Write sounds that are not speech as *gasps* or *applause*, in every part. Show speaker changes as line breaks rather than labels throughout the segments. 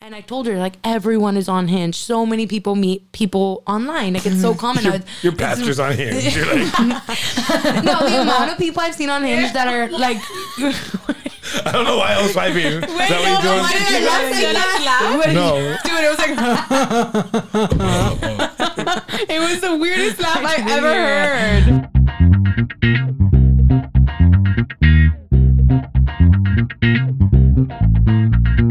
And I told her like everyone is on Hinge. So many people meet people online. Like it's
*laughs*
so common.
Your,
I-
your pastor's on Hinge. You're like,
no, the amount of people I've seen on Hinge that *laughs* are like,
I don't know why I was swiping. Is that what you're doing?
did I laugh like that?
*laughs*
No.
Dude, it was like
*laughs*
it was the weirdest laugh I've ever heard.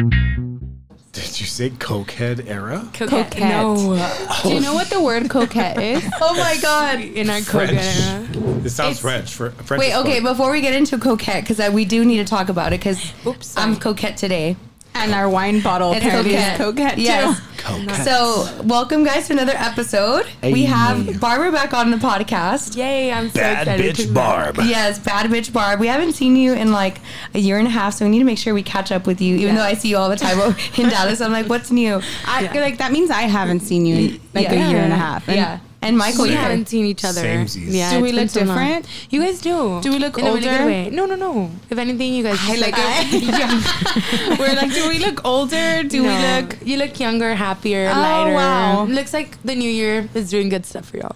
Did you say cokehead era?
Coquette. Do you know what the word coquette
*laughs*
is?
oh my god, in our
French.
Kogan.
It sounds
It's-
French. Fr- French.
Wait,
is
okay,
coke.
before we get into coquette, because we do need to talk about it, because
Oops, sorry.
I'm coquette today.
And our wine bottle
It's
apparently
coquette.
is coquette
Yes.
too.
Cokehead.
So, welcome guys to another episode. We
Hey.
have Barbara back on the podcast.
Yay, I'm so
Bad
excited. to
bitch
be
Barb.
Yes, bad bitch Barb. We haven't seen you in like a year and a half, so we need to make sure we catch up with you. Even though I see you all the time
*laughs*
over in Dallas, I'm like, what's new?
I, Like that means I haven't seen you in like
Yeah.
a year and a half. And
yeah, and Michael,
We
Same.
yeah.
haven't seen each other.
Samesies.
Do
it's
we
been
look
so long.
different?
You guys do.
Do we look
in A really
older?
good way. No, no, no. If anything, you guys.
I like
*laughs*
it. We're like, do we look older? Do
No.
we look?
You look younger, happier,
Oh,
lighter.
wow.
Looks like the new year is doing good stuff for y'all.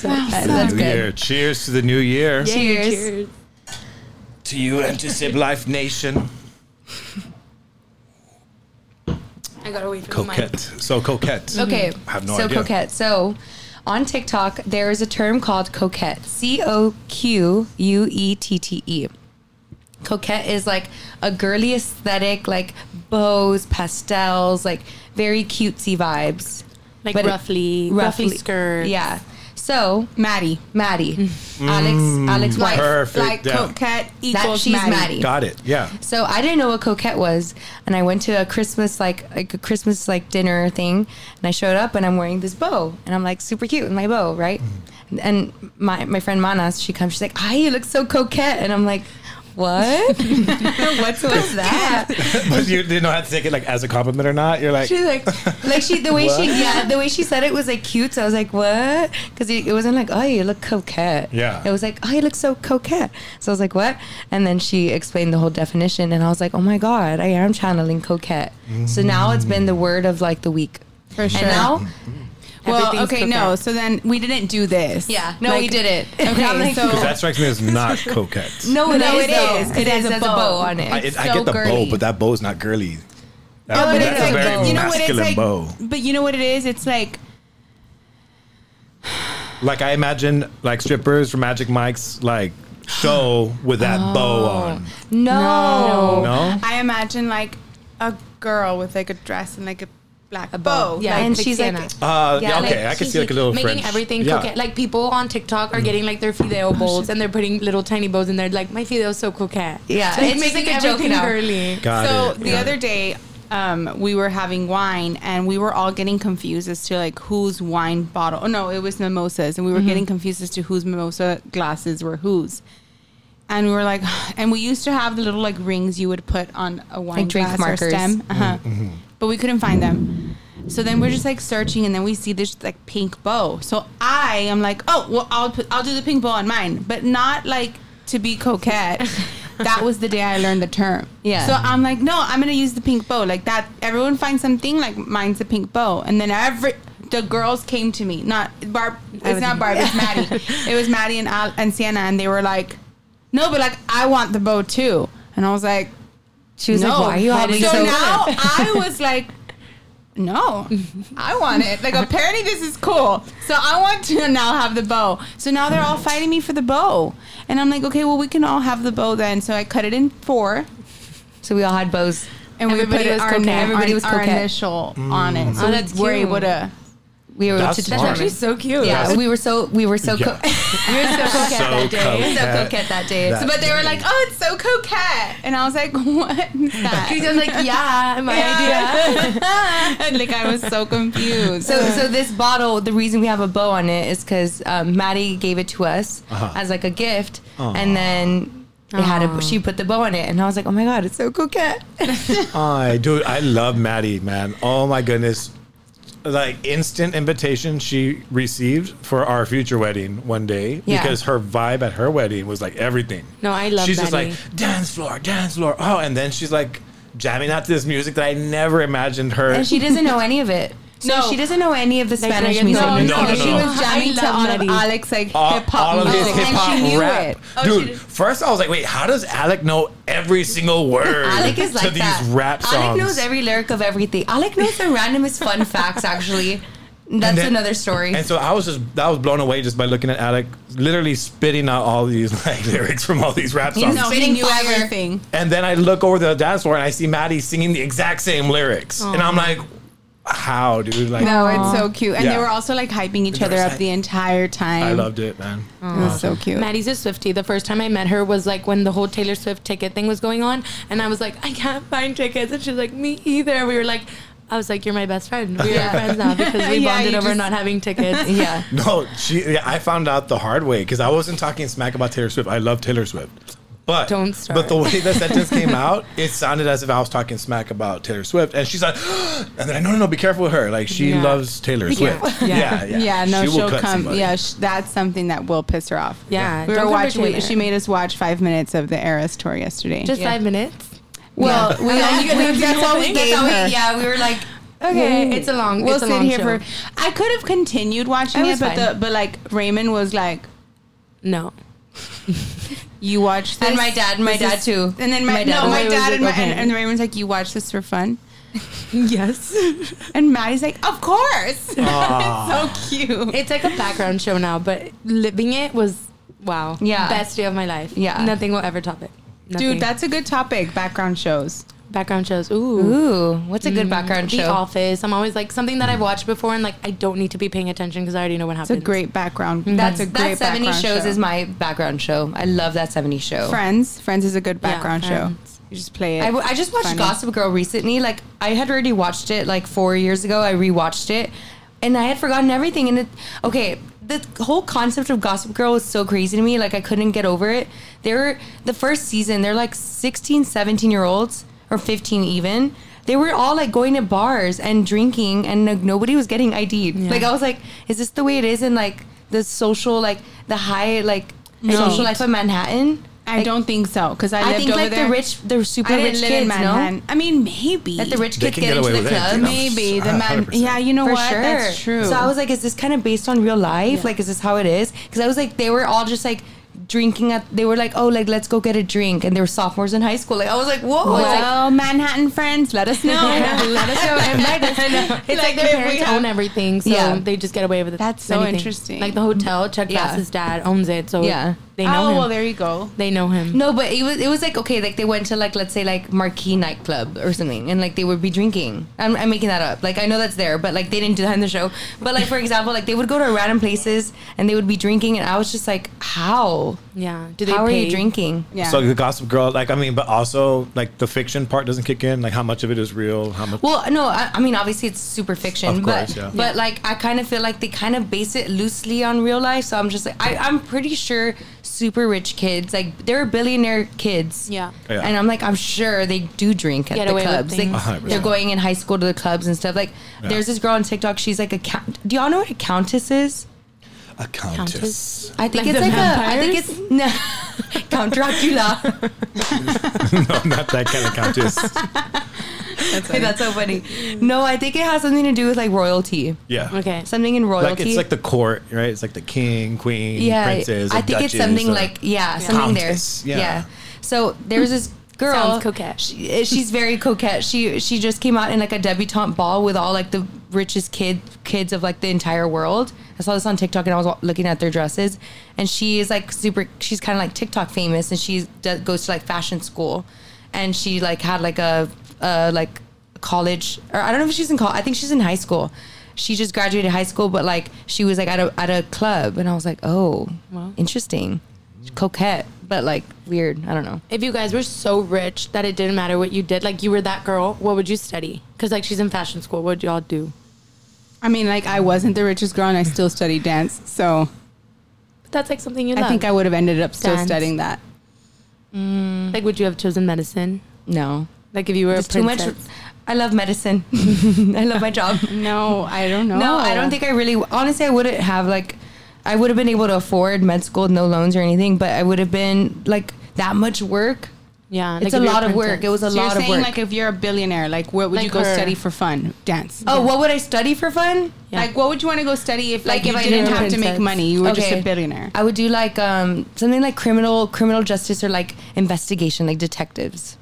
That's
*laughs*
New
good.
year. Cheers to the new year.
Cheers.
To you and to Sib Life Nation.
I gotta wait for
Coquette. So coquette.
Okay.
Mm-hmm. I have no
so
idea.
coquette. So on TikTok, there is a term called coquette. C O Q U E T T E. Coquette is like a girly aesthetic, like bows, pastels, like very cutesy vibes.
Like
But it-
roughly, roughly, skirt.
Yeah. So
Maddie.
Maddie, Alex, Alex wife.
Mm. Perfect.
Like
yeah.
coquette
Mm. That
equals
she's
Maddie.
Maddie.
Got it. Yeah. *laughs*
So I didn't know what coquette was, and I went to a Christmas like like a Christmas like dinner thing, and I showed up and I'm wearing this bow, and I'm like super cute with my bow, right? And my my friend Manas, she comes, she's like, "Ah, you look so coquette," and I'm like, "What? *laughs* What's what's that?"
but you didn't know how to take it like as a compliment or not. You're like,
She's like, like she the way she
What?
yeah the way she said it was like cute. So I was like, what? Because it, it wasn't like, oh, you look coquette.
Yeah.
It was like, oh, you look so coquette. So I was like, what? And then she explained the whole definition, and I was like, oh my god, I am channeling coquette. So now it's been the word of like the week.
For sure.
And now,
well,
Everything's
okay, no.
coquette.
So then we didn't do this.
yeah, no,
Like-
we did it.
Okay,
I'm like,
so-
because that strikes me as
*laughs*
not coquette.
no,
No, it
though.
is. It has a
has
bow.
on it.
I, it, I
So
get the
girly.
bow, but that bow's not girly. That,
No, Oh, but
that's
it's
a
like,
very
you know what it's
masculine
like.
bow.
But you know what it is? It's like
Like I imagine like strippers from Magic Mike's like show with
*gasps*
that bow on.
no.
Oh.
No?
I imagine like a girl with like a dress and like a black bow.
Yeah,
and
like
she's
Sienna.
like,
Uh,
Yeah,
yeah,
like,
okay, I can see like a little
making
French.
everything
yeah. Mm.
coquette. Like people on TikTok are getting like their
Oh,
fideo bowls and they're putting little tiny bows in there. Like my fideo's so coquette.
Yeah,
like,
it's
it's making
like a joke
everything
now.
girly.
Got
so
it.
the
got
other
it.
day, um, we were having wine and we were all getting confused as to like whose wine bottle. Oh no, it was mimosas, and we were
Mm-hmm.
getting confused as to whose mimosa glasses were whose. And we were like, *sighs* and we used to have the little like rings you would put on a wine
Like drink
glass
markers.
or stem,
Mm-hmm.
uh-huh. but we couldn't find them. So then we're just like searching, and then we see this like pink bow. So I am like, oh well, I'll put, I'll do the pink bow on mine, but not like to be coquette. that was the day I learned the term.
Yeah.
So I'm like, no, I'm gonna use the pink bow. Like that, everyone finds something. Like mine's a pink bow, and then every the girls came to me. Not Barb. It's not Barb. It's Maddie. it was Maddie and Al, and Sienna, and they were like, no, but like I want the bow too. And I was like,
she was
no.
like, why are you all
so
being so?
now I was like. No, I want it. Like apparently this is cool. So I want to now have the bow. So now they're all fighting me for the bow, and I'm like, okay, well we can all have the bow then. So I cut it in four,
so we all had bows.
and we
Everybody
put
was
our
coquette.
name,
Everybody
our-
was
our
coquette.
initial on it. So
Oh,
we
that's
were
cute.
able to.
We were
That's
to
smart.
determine-
so cute.
Yeah,
That's-
we were so we were so
Yeah.
co- we *laughs* were so coquette
So
that day. So
coquette.
coquette that day.
That-
So,
But they were like, "Oh, it's so coquette," and I was like, *laughs* "What is that?"
Because I was like, yeah, my idea. *laughs*
and like I was so confused.
so, so this bottle, the reason we have a bow on it is because um, Maddie gave it to us
Uh-huh.
as like a gift, and then it had
Aw.
a, she put the bow on it, and I was like, oh my god,
*laughs*
it's so coquette.
I dude, I love Maddie, man. Oh my goodness. Like instant invitation she received for our future wedding one day
Yeah.
because her vibe at her wedding was like everything.
No, I love
She's
Maddie.
just like dance floor, dance floor. Oh, and then she's like jamming out to this music that I never imagined her.
And she doesn't know any of it. So
No.
she doesn't know any of the
Like,
Spanish
like,
music.
no,
No, no, no.
She was
I
jamming to
love
all of
Maddie.
Alex like
all,
hip hop
all of his
music,
hip
and she
hop
knew
rap,
it. Oh, she
dude.
did.
First, I was like, "Wait, how does Alec know every single word
Alec is
to
like
these
that.
rap songs?"
Alec knows every lyric of everything. Alec
*laughs*
knows the randomest fun facts. Actually, that's
And then-
another story.
And so I was just, I was blown away just by looking at Alec literally spitting out all these *laughs* like lyrics from all these rap songs.
No, he
Spitting
knew
fire.
everything.
And then I look over the dance floor and I see Maddie singing the exact same lyrics, and I'm like, "How, dude? Like,
No, it's so cute. And
Yeah.
they were also like hyping each
They
other
were
up
like-
the entire time.
I loved it, man."
it. It was so cute.
Maddie's a Swiftie. The first time I met her was like when the whole Taylor Swift ticket thing was going on, and I was like, I can't find tickets, and she's like, me either. We were like, I was like, you're my best friend. We are friends now because we
*laughs* Yeah,
bonded
you
over
just-
not having
*laughs*
tickets.
yeah.
No, she. Yeah, I found out the hard way because I wasn't talking smack about Taylor Swift. I love Taylor Swift, but
Don't start.
But the way that sentence came
*laughs*
out, it sounded as if I was talking smack about Taylor Swift, and she's like, *gasps* and then I no, no, no, be careful with her. Like she
Yeah.
loves Taylor Swift.
careful.
Yeah, yeah,
*laughs* yeah. no,
She will
she will
cut
come.
somebody.
Yeah, sh- that's something that will piss her off.
Yeah,
we
don't compare
were watching.
Taylor.
She made us watch five minutes of the Eras tour yesterday.
Just
Yeah.
five minutes.
well, we,
*laughs*
only- we- that's
Oh,
all we gave her.
Yeah, we were like,
Okay, it's a long.
We'll
it's a
sit
long
here
show.
for. I could have continued watching
It
it,
was fine.
but the but like Raymond was like, *laughs*
no.
"You watch this,"
And my dad- my
This
dad
is-
too.
And then my,
My dad.
no,
Oh,
my
it was
dad
like,
and my
okay.
and, and Raymond's like, "You watch this for fun,"
Yes.
and Maddie's like, "Of course." *laughs* it's so cute.
It's like a background show now, but living it was wow.
Yeah.
Best day of my life.
Yeah.
Nothing will ever top it. Nothing.
Dude, that's a good topic. Background shows.
background shows. Ooh.
ooh, what's a good background
The
show?
Office. I'm always like something that I've watched before, and like I don't need to be paying attention because I already know what
It's a
happens.
great background. That's a
Mm-hmm. that
great
70
background
shows
show.
is my background show. I love that 70 show.
Friends. Friends is a good background
Friends.
show. You just play it.
I, w- I just watched
Funny.
Gossip Girl recently. Like I had already watched it like four years ago. I rewatched it, and I had forgotten everything. And it, okay, the whole concept of Gossip Girl was so crazy to me. Like I couldn't get over it. They were the first season. They're like 16, 17 year olds or fifteen even. They were all like going to bars and drinking, and like nobody was getting ID'd. Like I was like, is this the way it is in like the social like the high like
No.
social life of Manhattan?
I
Like,
don't think so because I,
I
lived
think
over
like
there.
the rich, the super
I
rich
didn't live
kids,
in
no.
Manhattan. I mean, maybe
That the rich
They
kids
can
get,
get
into
away
the
with anything, Uh,
club.
I'm
*laughs*
maybe the man.
100%.
Yeah, you know
For
what?
sure.
That's true.
So I was like, is this kind of based on real life?
Yeah.
Like, is this how it is? Because I was like, they were all just like drinking at, they were like, oh, like, let's go get a drink. And they were sophomores in high school. Like, I was like, whoa. It's like,
well, Manhattan friends, let us
*laughs*
know.
Let us know. And like, it's like,
Like,
their
if
parents
we have-
own everything, so
Yeah.
they just get away with it.
That's so
anything.
interesting.
Like the hotel, Chuck
Yeah.
Bass's dad owns it, so
Yeah.
they know
oh
him.
well, there you go.
they know him.
no, but it was, it was like, okay, like they went to like, let's say like Marquee nightclub or something. And like, they would be drinking. I'm, I'm making that up. Like, I know that's there, but like, they didn't do that in the show. But like, for example, like they would go to random places and they would be drinking. And I was just like, how?
Yeah. Do they pay?
how are you drinking?
Yeah.
So the Gossip Girl, like I mean, but also like the fiction part doesn't kick in. Like how much of it is real? How much?
Well, no, I, I mean obviously it's super fiction,
Of course,
but
yeah.
but like I kind of feel like they kind of base it loosely on real life. So I'm just like I, I'm pretty sure super rich kids like they're billionaire kids.
Yeah.
Yeah.
And I'm like I'm sure they do drink at
Get
the
away with
clubs.
things.
Like
A
hundred percent.
they're going in high school to the clubs and stuff. Like
Yeah.
there's this girl on TikTok. She's like a count. Do y'all know what a countess is?
a countess.
I think
Like
it's
the
like a. I think
vampires?
it's *laughs* no, Count
*laughs*
Dracula.
*laughs* no, not that kind of countess.
That's so funny. No, I think it has something to do with like royalty.
Yeah.
Okay.
Something in royalty.
Like it's like the court, right? It's like the king, queen,
yeah,
princess.
I
or
think it's
duchess,
something
or- *laughs*
like yeah, something
Countess, yeah.
there. Yeah. So there's this girl.
Sounds coquette.
She, uh, she's very coquette. She she just came out in like a debutante ball with all like the richest kid kids of like the entire world. I saw this on TikTok and I was wa- looking at their dresses, and she is like super. She's kind of like TikTok famous, and she does, goes to like fashion school, and she like had like a uh like college or I don't know if she's in college. I think she's in high school. She just graduated high school, but like she was like at a at a club, and I was like, oh, interesting, coquette, but like weird. I don't know.
If you guys were so rich that it didn't matter what you did, like you were that girl, what would you study? Because like she's in fashion school, what would y'all do?
I mean, like I wasn't the richest girl, and I still studied dance. So
But that's like something you love.
I think I would have ended up still
Dance.
studying that.
like. Would you have chosen medicine?
No,
Like if you were
it's
a
too much.
princess?
I love medicine. *laughs* I love my
*laughs*
job.
No, I don't know.
No, I don't think I really. Honestly, I wouldn't have like. I would have been able to afford med school, no loans or anything, but I would have been like that much work.
Yeah,
it's a lot of work. It was a
So you're
lot of
saying
work.
like if you're a billionaire, like what would
Like
you go
her.
study for fun? Dance.
oh, what would I study for fun?
Yeah.
Like what would you want to go study if like,
Like, if
you
I
didn't
didn't
have to make
princess.
money? You were just
Okay. Uh,
a billionaire.
I would do like um, something like criminal criminal justice or like investigation, like detectives.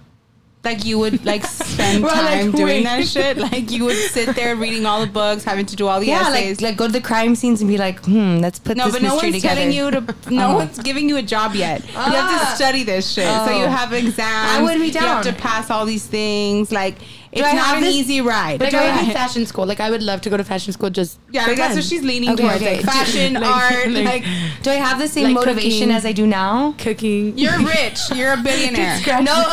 Like you would
*laughs*
like spend
We're all like,
time doing
wait.
that shit. Like you would sit there reading all the books, having to do all the
Yeah,
essays.
like like go to the crime scenes and be like, hmm, let's put
no,
this
but no
mystery
one's
together. Oh.
telling you to. No one's giving you a job yet. You have to
Ah.
study this shit. So
Oh.
you have exams.
I would be
You have
down.
to pass all these things. Like it's
I
not
have
an
this-
easy ride.
Like
Go
I would
ahead.
do fashion school. Like I would love to go to fashion school. Just
Yeah,
for
like that's
fun.
what she's leaning
Okay,
towards.
okay.
Like
*laughs*
fashion,
Like-
art, like,
like-
do I have the same
Like
motivation
cooking.
as I do now?
cooking.
you're rich.
*laughs*
You're a billionaire.
No, *laughs*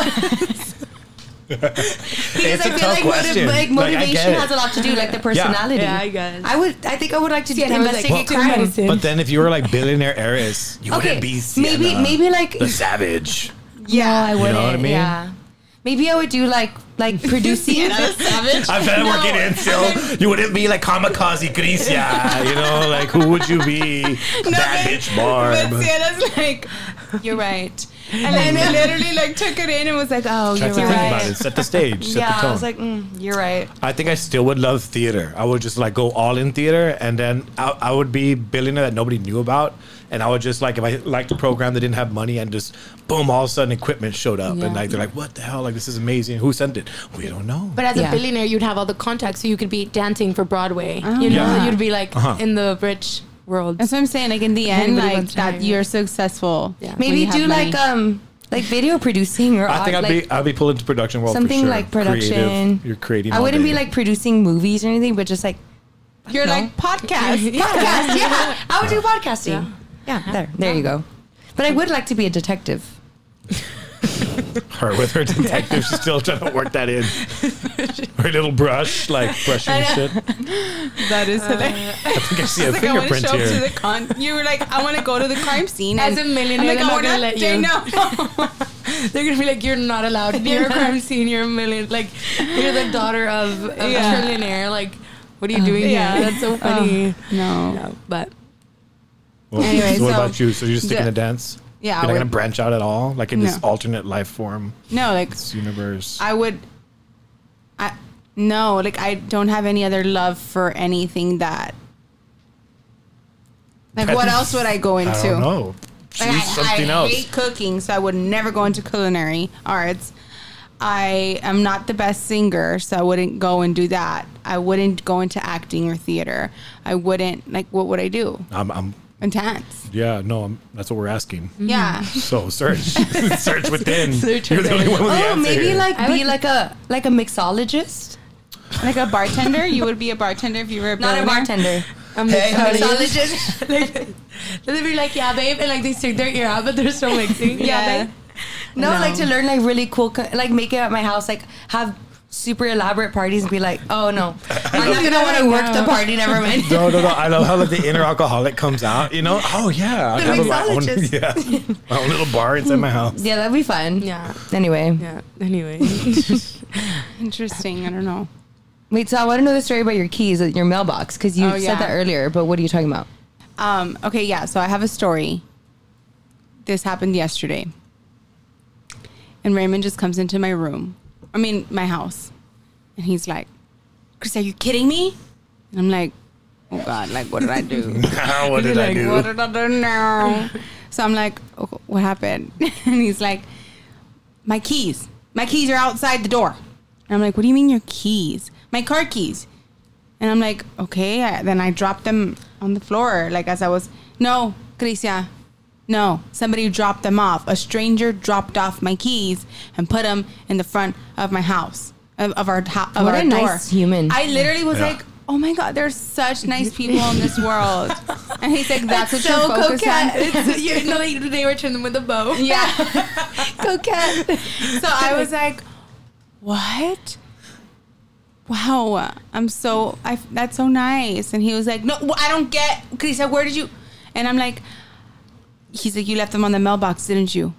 it's
because I
a
feel
tough
like,
question.
motiv- like
Like, I
motivation
get it.
has a lot to do, like the personality.
Yeah, I guess.
I would. I think I would like to
See, I was like,
investigate
well,
crime.
crimes.
But then if you were like billionaire heiress, you
Okay,
wouldn't be Sienna,
maybe maybe like
the savage.
yeah, I wouldn't.
what I mean?
Yeah, maybe I would do like
*laughs*
like producing. *laughs*
savage.
I better work it in still. You wouldn't be like kamikaze Grecia, you know, like who would you
*laughs*
be? Bad bitch Barb.
But Sienna's like, you're right. And then I literally like took it in and was like, oh,
Try to
you're
think about
right.
it. Set the stage. Set
yeah,
the tone.
I was like, mm, you're right.
I think I still would love theater. I would just like go all in theater, and then I, I would be billionaire that nobody knew about, and I would just like if I liked a program that didn't have money, and just boom, all of a sudden equipment showed up,
Yeah.
and like they're like, "What the hell? Like this is amazing. Who sent it? We don't know."
But as
Yeah.
a billionaire, you'd have all the contacts, so you could be dancing for Broadway. you know,
Yeah.
you'd be like
Uh-huh.
in the rich world.
That's what I'm saying. Like in the end,
Nobody
like
wants to
that
hire
you're successful.
Yeah.
when
Maybe
you have
do
money.
like um like video producing or
I think I'd
odd, like,
be I'd be pulled into production world
something
for sure.
like production.
Creative. You're creating.
I
all
wouldn't
day.
be like producing movies or anything, but just like
you're
No.
like
*laughs*
podcast.
podcast. *laughs* yeah, I would do podcasting.
yeah,
There, there you go. But I would like to be a detective.
*laughs* her with her detective. She's still trying to work that in. Her little brush, like brushing
I know.
shit. I
that is hilarious.
think I see a
Uh, like *laughs* I want to
fingerprint
show up to
here.
the con. You were like, I want to go to the crime scene.
As
and
a millionaire,
I'm
they're not
like, I
gonna let you. *laughs*
want to. No.
They're gonna be like, you're not allowed *laughs* near a crime scene. You're a million. Like, you're the daughter of a
Yeah.
trillionaire. Like, what are you doing?
yeah.
Um, Yeah, Oh. here? that's so funny.
No.
No, but
Well,
Anyway,
so what
so-
about you? So you're just sticking
Yeah.
to dance?
Yeah, I
You're not
would-
going to branch out at all? Like in this
No.
alternate life form,
No, like
this universe?
I would. I no, like I don't have any other love for anything that. Like what else would I go into?
I don't know. Choose
Like, I,
something
I
else.
hate cooking, so I would never go into culinary arts. I am not the best singer, so I wouldn't go and do that. I wouldn't go into acting or theater. I wouldn't like. What would I do?
I'm, I'm,
And dance.
yeah, no, I'm, that's what we're asking.
Mm-hmm.
Yeah.
So
*laughs*
search, *laughs* search within.
Search
You're the only one with the
Oh,
answer.
maybe
here.
like
I
be
would-
like a like a mixologist,
Like a bartender, you would be a bartender if you were a
not a
billionaire?
bartender.
I'm
Hey, honey.
mixologist. like,
*laughs*
they'd be like, yeah, babe, and like they stick their ear out, but they're still mixing.
*laughs*
Yeah.
Yeah, babe.
No,
No.
like to learn like really cool, co- like make it at my house, like have super elaborate parties and be like,
*laughs*
oh no, I'm not gonna want to work the party. Never mind.
No, no, no. I love how like, the inner alcoholic comes out, you know? Oh, yeah. I
The
have my own,
mixologist.
*laughs* yeah, my own little bar inside my house. *laughs*
Yeah, that'd be fun.
yeah,
Anyway,
yeah. Anyway,
Interesting. I don't know.
wait. So I want to know the story about your keys at your mailbox because you
Oh,
said
yeah.
that earlier. But what are you talking about?
Um, okay, yeah. So I have a story. This happened yesterday. And Raymond just comes into my room. I mean, my house. And he's like, Chris, are you kidding me? And I'm like, oh God, like, what did I *laughs* do?
*laughs* what did I
like,
do?
What did I do now? so I'm like, oh, what happened? *laughs* and he's like, my keys. My keys are outside the door. And I'm like, what do you mean your keys? My car keys. And I'm like, okay. I, then I dropped them on the floor, like as I was, no, Crisia, no. Somebody dropped them off. A stranger dropped off my keys and put them in the front of my house, of, of our house.
What
our
a
door.
nice human.
I literally was
Yeah.
like, oh my God, there's such nice people in this
*laughs*
world. and he's like, that's what
so
you're focused
coquette.
on.
*laughs* it's, you know, they, they return them with a bow.
*laughs*
Yeah.
Go cat.
So I was like, "What? Wow, I'm so I that's so nice." And he was like, "No, wh- I don't get." Krista, where did you? And I'm like, "He's like, you left them on the mailbox, didn't you?"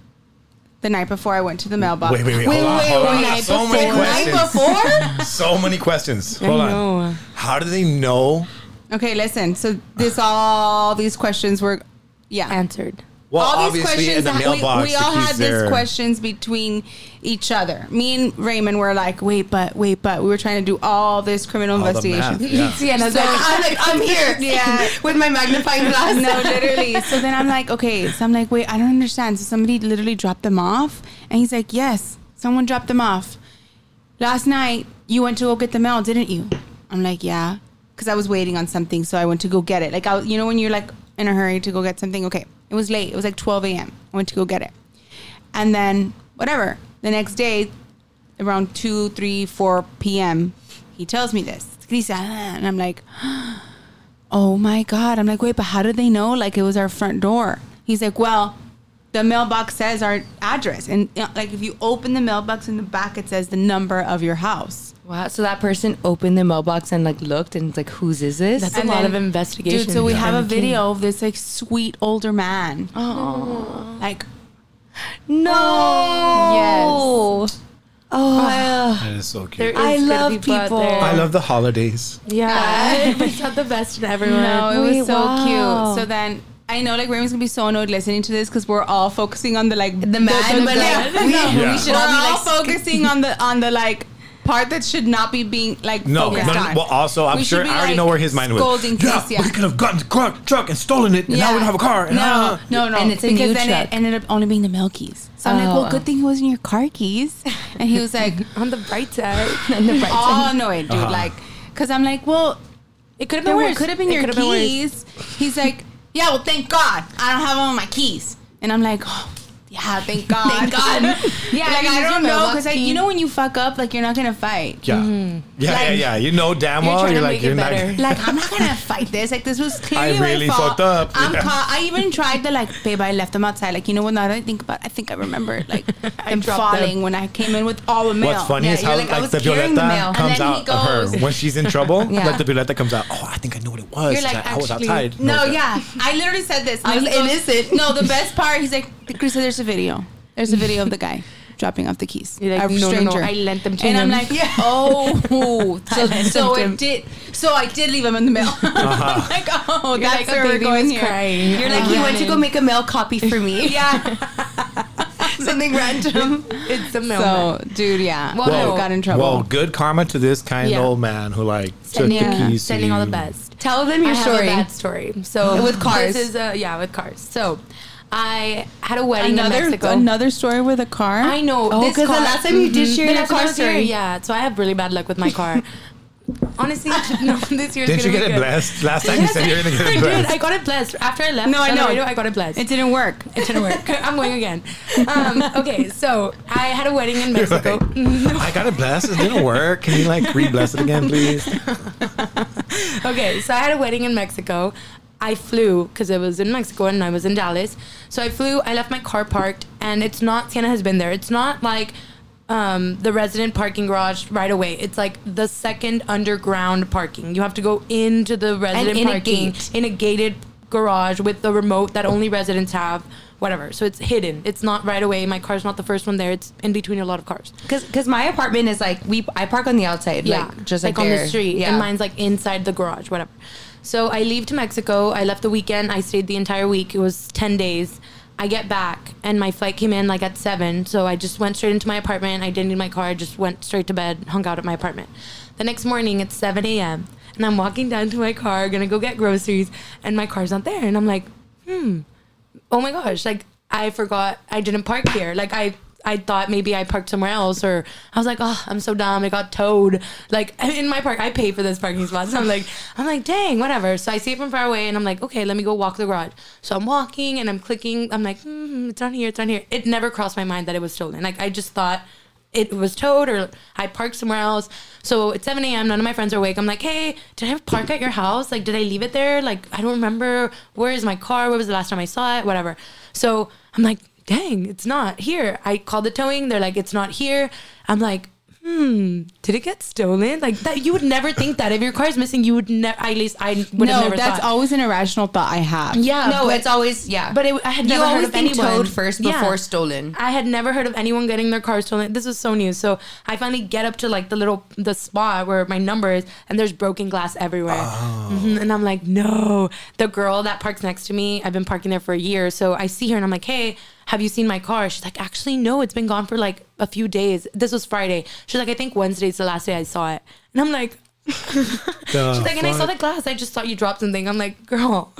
The night before I went to the mailbox.
Wait, wait, wait.
Wait,
hold on,
wait,
hold
wait,
on.
night
so many
before.
questions.
Night
*laughs*
before?
So many questions. Hold
know.
on. How do they know?
okay, listen. So this all these questions were, yeah.
Answered.
Well,
all these
obviously,
questions
in the
that
mailbox,
we, we
it
all
keeps
had
their-
these questions between each other. Me and Raymond were like, wait, but wait, but we were trying to do all this criminal
All the
investigation. *laughs*
math, yeah.
Sienna's
So
like,
I'm like, I'm here. *laughs* Yeah.
with my magnifying glass.
No, literally. So then I'm like, okay. So I'm like, wait, I don't understand. So somebody literally dropped them off, and he's like, yes, someone dropped them off. Last night you went to go get the mail, didn't you? I'm like, yeah, because I was waiting on something, so I went to go get it. Like, I, you know, when you're like in a hurry to go get something. Okay, it was late. It was like 12 a.m. I went to go get it, and then whatever. The next day, around 2, 3, 4 p.m., he tells me this. Grisa, and I'm like, oh my god i'm like wait but how did they know like it was our front door he's like well the mailbox says our address and uh, like if you open the mailbox in the back it says the number of your house
Wow. So that person opened the mailbox and like looked and it's like, whose is this?
That's a lot of investigation.
dude so we
Yeah.
have a
And the
video of this like sweet older man like
no. Yes. Oh,
That is so cute.
There is
I
gonna
love
be blood
people.
there.
I love the holidays.
Yeah, *laughs* everybody's got the best in everyone.
no it
Wait,
was so
wow.
cute so then I know, like Raymond's gonna be so annoyed listening to this because we're all focusing on the like
the man. but like, we,
Yeah.
we should
we're
all be
all
like,
focusing on the on the like part that should not be being like
No,
focused
but
on.
well, also I'm
We
sure
should be,
I already
like,
know where his mind was.
scolding
yeah,
Casey.
we could have gotten the car, truck and stolen it, and now we don't have a car. And
no,
ah.
no, no.
And it's a
because
new
then
truck.
it ended up only being the mail keys. So I'm
Oh.
like, well, good thing it wasn't your car keys. And he was
*laughs*
like,
On the bright *sighs* side,
on the bright
all
side.
annoyed,
Uh-huh.
dude. Like, because I'm like, well,
it could have been
there
worse.
could have been
It
your
could've worse.
keys. He's like, yeah, well, thank God I don't have all my keys. And I'm like, oh. Yeah, thank God.
Thank
*laughs*
God.
yeah, like
use
I
your
don't know
mailbox
because like you know when you fuck up, like you're not gonna fight.
Yeah. Yeah, yeah, yeah. You know damn
You're
well.
trying
You're
to
like,
make
you're
it better.
not.
Like I'm not
*laughs*
gonna fight this. Like this was clearly
really
my fault.
fucked up.
I'm
Yeah.
caught. I even tried the like, babe, I left them outside. Like you know what? Now that I think about, it, I think I remember like
I
them
dropped
falling
them.
when I came in with all the mail.
What's funny
Yeah,
is
you're
how
like,
like,
I was
the
carrying
Violetta
the mail. And
comes
then he
out of her
goes-
when she's in trouble.
Yeah.
Like the Violetta comes out. Oh, I think I know what it was.
You're
It's
like,
I was
actually-
outside.
No,
it's-
yeah, *laughs* I literally said this. I
was innocent.
No, the best part. He's like, Chris, there's a video. There's a video of the guy dropping off the keys.
You're like,
a
"No, no, no,
stranger.
I lent them to
and
him."
I'm like, oh, so,
lent them
so
to him.
it did. So I did leave him in the mail. *laughs* I'm like, oh,
You're
that's
like, a
where we're
baby
going
was
here.
crying.
You're like, you went to go
make
make a mail copy for me.
*laughs* Yeah.
Something random.
it's the mailman.
So, dude, yeah.
Well,
I
Whoa.
got in
Well,
trouble.
good karma to this kind
Yeah.
old man who like
sending,
took the keys. to
sending all the
you.
best.
Tell them your
I
story.
Have a bad story. *laughs* So
With cars.
This is uh, yeah, with cars. So I had a wedding in
another
Mexico.
another story with a car.
I know.
Oh,
this
'cause the
car- Mm-hmm.
last time you did share
The
your
last time
car
I was here,
story.
Yeah, so I have really bad luck with my *laughs* car. Honestly, *laughs* no, this year's gonna
Didn't
be
you get it
good.
blessed? Last time you said you were going to
*laughs*
get
I
it
did. I
blessed.
got it blessed after I left.
No, I
Del
know.
Laredo, I got it blessed.
it didn't work.
it didn't work. *laughs* I'm going again. Um, okay, so I had a wedding in Mexico.
I got it blessed. It didn't work. Can you like re-bless it again, please?
*laughs* okay, so I had a wedding in Mexico. I flew because I was in Mexico and I was in Dallas. So I flew. I left my car parked, and it's not. Sienna has been there. It's not like um, the resident parking garage right away. It's like the second underground parking. You have to go into the resident
in a
parking
gate.
in a gated garage with the remote that only residents have. Whatever. So it's hidden. It's not right away. My car's not the first one there. It's in between a lot of cars.
Cause, Cause my apartment is like we I park on the outside,
Yeah,
like just like,
like, on
there.
the street,
Yeah.
and mine's like inside the garage, whatever. So I leave to Mexico. I left the weekend. I stayed the entire week. It was ten days. I get back, and my flight came in like at seven. So I just went straight into my apartment. I didn't need my car. I just went straight to bed, hung out at my apartment. The next morning, it's seven a.m., and I'm walking down to my car, gonna go get groceries, and my car's not there. And I'm like, oh my gosh like i forgot i didn't park here like i i thought maybe i parked somewhere else or i was like oh i'm so dumb i got towed like *laughs* in my park i paid for this parking spot so i'm like i'm like dang whatever so i see it from far away and i'm like okay let me go walk the garage so i'm walking and i'm clicking i'm like hmm, it's on here it's on here it never crossed my mind that it was stolen like i just thought it was towed or I parked somewhere else. So it's 7 a.m. None of my friends are awake. I'm like, hey, did I park at your house? Like, did I leave it there? Like, I don't remember. Where is my car? Where was the last time I saw it? Whatever. So I'm like, dang, it's not here. I called the towing. They're like, it's not here. I'm like, hmm, did it get stolen? Like that, you would never think that. If your car is missing, you would never. At least I would have
no,
never
that's
thought.
always an irrational thought I have.
yeah,
no,
but-
it's always yeah.
But it, I had
you
never heard
always
of
think
anyone
towed first
Yeah.
before stolen.
I had never heard of anyone getting their car stolen. This was so new. So I finally get up to like the little the spot where my number is, and there's broken glass everywhere. Mhm. And I'm like, no. The girl that parks next to me, I've been parking there for a year, so I see her and I'm like, hey, have you seen my car? She's like, actually, no. It's been gone for like a few days. This was Friday. She's like, I think Wednesday's the last day I saw it. And I'm like. She's like, and I saw the glass. I just thought you dropped something. I'm like, girl,
*laughs*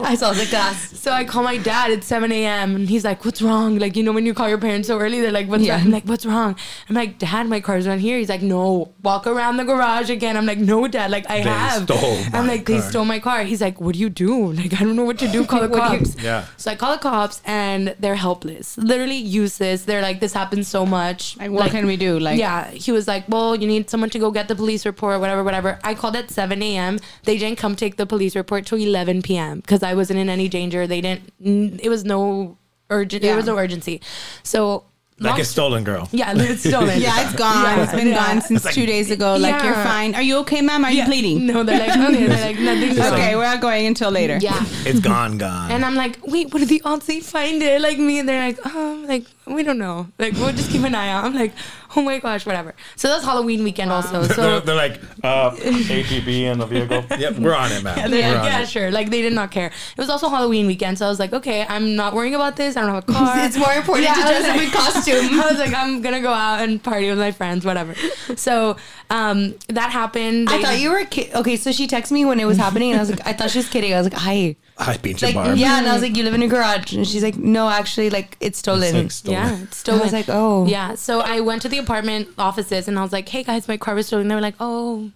I saw the glass.
so I call my dad at 7 a.m. and he's like, What's wrong? Like, you know, when you call your parents so early, they're like, What's
Yeah.
wrong? I'm like, What's wrong? I'm like, Dad, my car's not here. He's like, No, walk around the garage again. I'm like, No, dad, like, I
They
have.
stole
I'm
my
like, They
car."
stole my car. He's like, What do you do? Like, I don't know what to do. Call the
*laughs* What do you-
cops.
Yeah.
So I call the cops and they're helpless, literally useless. They're like, This happens so much.
Like, what can we do? Like,
Yeah, he was like, "Well, you need someone to go get the police report, whatever, whatever." I called at 7 a.m. They didn't come take the police report till 11 p.m. because I wasn't in any danger. They didn't. n- It was no urgent. There
Yeah.
was no urgency. So,
like
long
it's stolen, girl.
sto- *laughs* yeah, *laughs* it's stolen.
Yeah, it's gone. it's been
Yeah.
gone since
It's like-
two days ago. Like, you're
Yeah.
fine. Are you okay, ma'am? Are you
Yeah.
bleeding?
No, they're like, okay, they're like,
*laughs*
nothing's
It's
okay.
Okay, we're not going until later.
Yeah.
It's gone, gone.
And I'm like, wait, what did the aunts they find it? Like me, and they're like, um, like we don't know. Like we'll just keep an eye out. I'm like, oh my gosh, whatever. So that's Halloween weekend also.
*laughs*
So
they're, they're like uh, ATB in the vehicle.
yep, we're on it, man.
And they're
We're
like,
on
yeah,
it.
sure. Like they did not care. It was also Halloween weekend, so I was like, okay, I'm not worrying about this. I don't
*laughs*
have a car.
It's more important
Yeah,
to
I was *laughs*
dress *laughs* up in costume.
I was like, I'm gonna go out and party with my friends, whatever. So um, that happened.
I
They-
thought you were ki- okay. So she texted me when it was happening, and I was like, I thought she was kidding. I was like, hi.
Hi, pinche
Like,
Barb.
yeah, and I was like, you live in a garage, and she's like, no, actually, like it's
It's
stolen.
like stolen.
Yeah, it's
I
stolen.
was like, oh,
Yeah, so I went to the apartment offices and I was like, "Hey guys, my car was stolen." They were like, "Oh."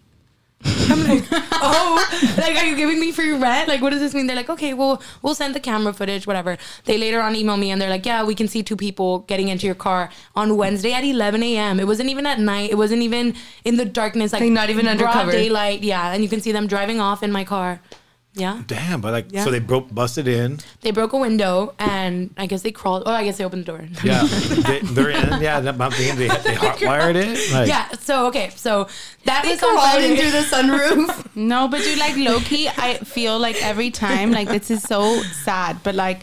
I'm
*laughs*
like, "Oh, like are you giving me free rent? Like what does this mean?" They're like, "Okay, well, we'll send the camera footage, whatever." They later on email me and they're like, "Yeah, we can see two people getting into your car on Wednesday at 11 a.m. It wasn't even at night. It wasn't even in the darkness, like
Like, not even
broad
undercover.
daylight. Yeah, and you can see them driving off in my car. Yeah,
Damn, but like,
Yeah.
so they broke, busted in.
they broke a window and I guess they crawled. Oh, I guess they opened the door.
Yeah, *laughs* they, they're in. Yeah, that might be in. They, they
*laughs*
hotwired it. Like,
Yeah. So okay. So that
They
was on
crawled in
Friday.
through the sunroof.
No, but dude, like low key, I feel like every time, like this is so sad, but like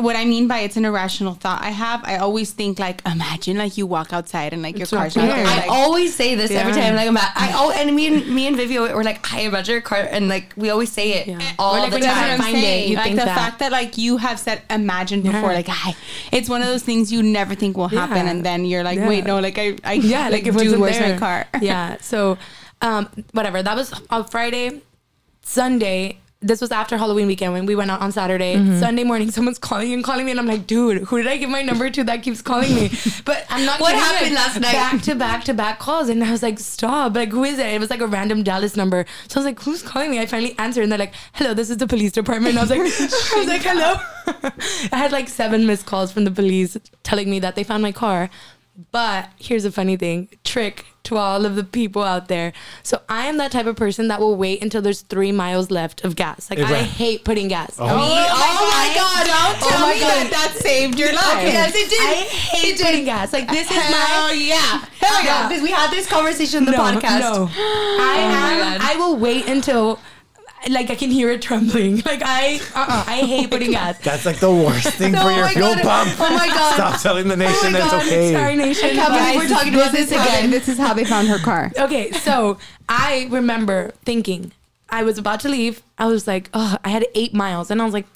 what I mean by it's an irrational thought I have, I always think like, imagine like you walk outside and like your
not
car's not
fair.
there.
Yeah.
I
Like,
always say this every
Yeah.
time. Like I'm at, I oh, and me and me and Vivi were like, "Hi, about your car," and like we always say it
Yeah.
all
Or, like,
the
when you
that's
have
time.
what I'm
Find it,
saying.
you
like
think
the
that.
fact that like you have said imagine
Yeah.
before, like I, it's one of those things you never think will happen,
Yeah.
and then you're like,
Yeah.
wait, no, like I, I
yeah, like, it wasn't
dude, where's
there. *laughs*
my car? *laughs*
yeah. So, um, whatever. That was on Friday, Sunday. This was after Halloween weekend when we went out on Saturday. Sunday morning, *laughs* someone's calling and calling me, and I'm like, dude, who did I give my number to that keeps calling *laughs* me? But I'm not.
What
kidding,
happened
like,
last night?
Back to back to back calls, and I was like, stop. Like, who is it? It was like a random Dallas number. So I was like, who's calling me? I finally answered, and they're like, hello, this is the police department. And I was like, *laughs* I was like, hello. *laughs* I had like seven missed calls from the police telling me that they found my car. But here's a funny thing trick to all of the people out there. So I am that type of person that will wait until there's three miles left of gas. Like I
Exactly.
hate putting gas.
Oh.
Me-
my God! Don't
Tell me that that saved your life.
Yes, it did.
I
it
hate
did.
putting gas. Like this is
Hell
my *laughs*
yeah! Hell yeah!
Yeah.
Because we had this conversation in the podcast.
No, *gasps* I am.
Oh God.
I will wait until. Like I can hear it trembling. *laughs* Like I, uh-uh, I hate putting gas.
*laughs* That's like the worst
*laughs*
thing
No,
for
oh
your
my
fuel
God.
pump.
Oh my
*laughs*
God.
Stop telling the
Oh
nation
my
that it's
God,
okay.
Sorry, nation.
I can't believe
but-
we're talking about this again.
This is how they found
*laughs*
her car.
okay, so I remember thinking I was about to leave. I was like, oh, I had eight miles, and I was like,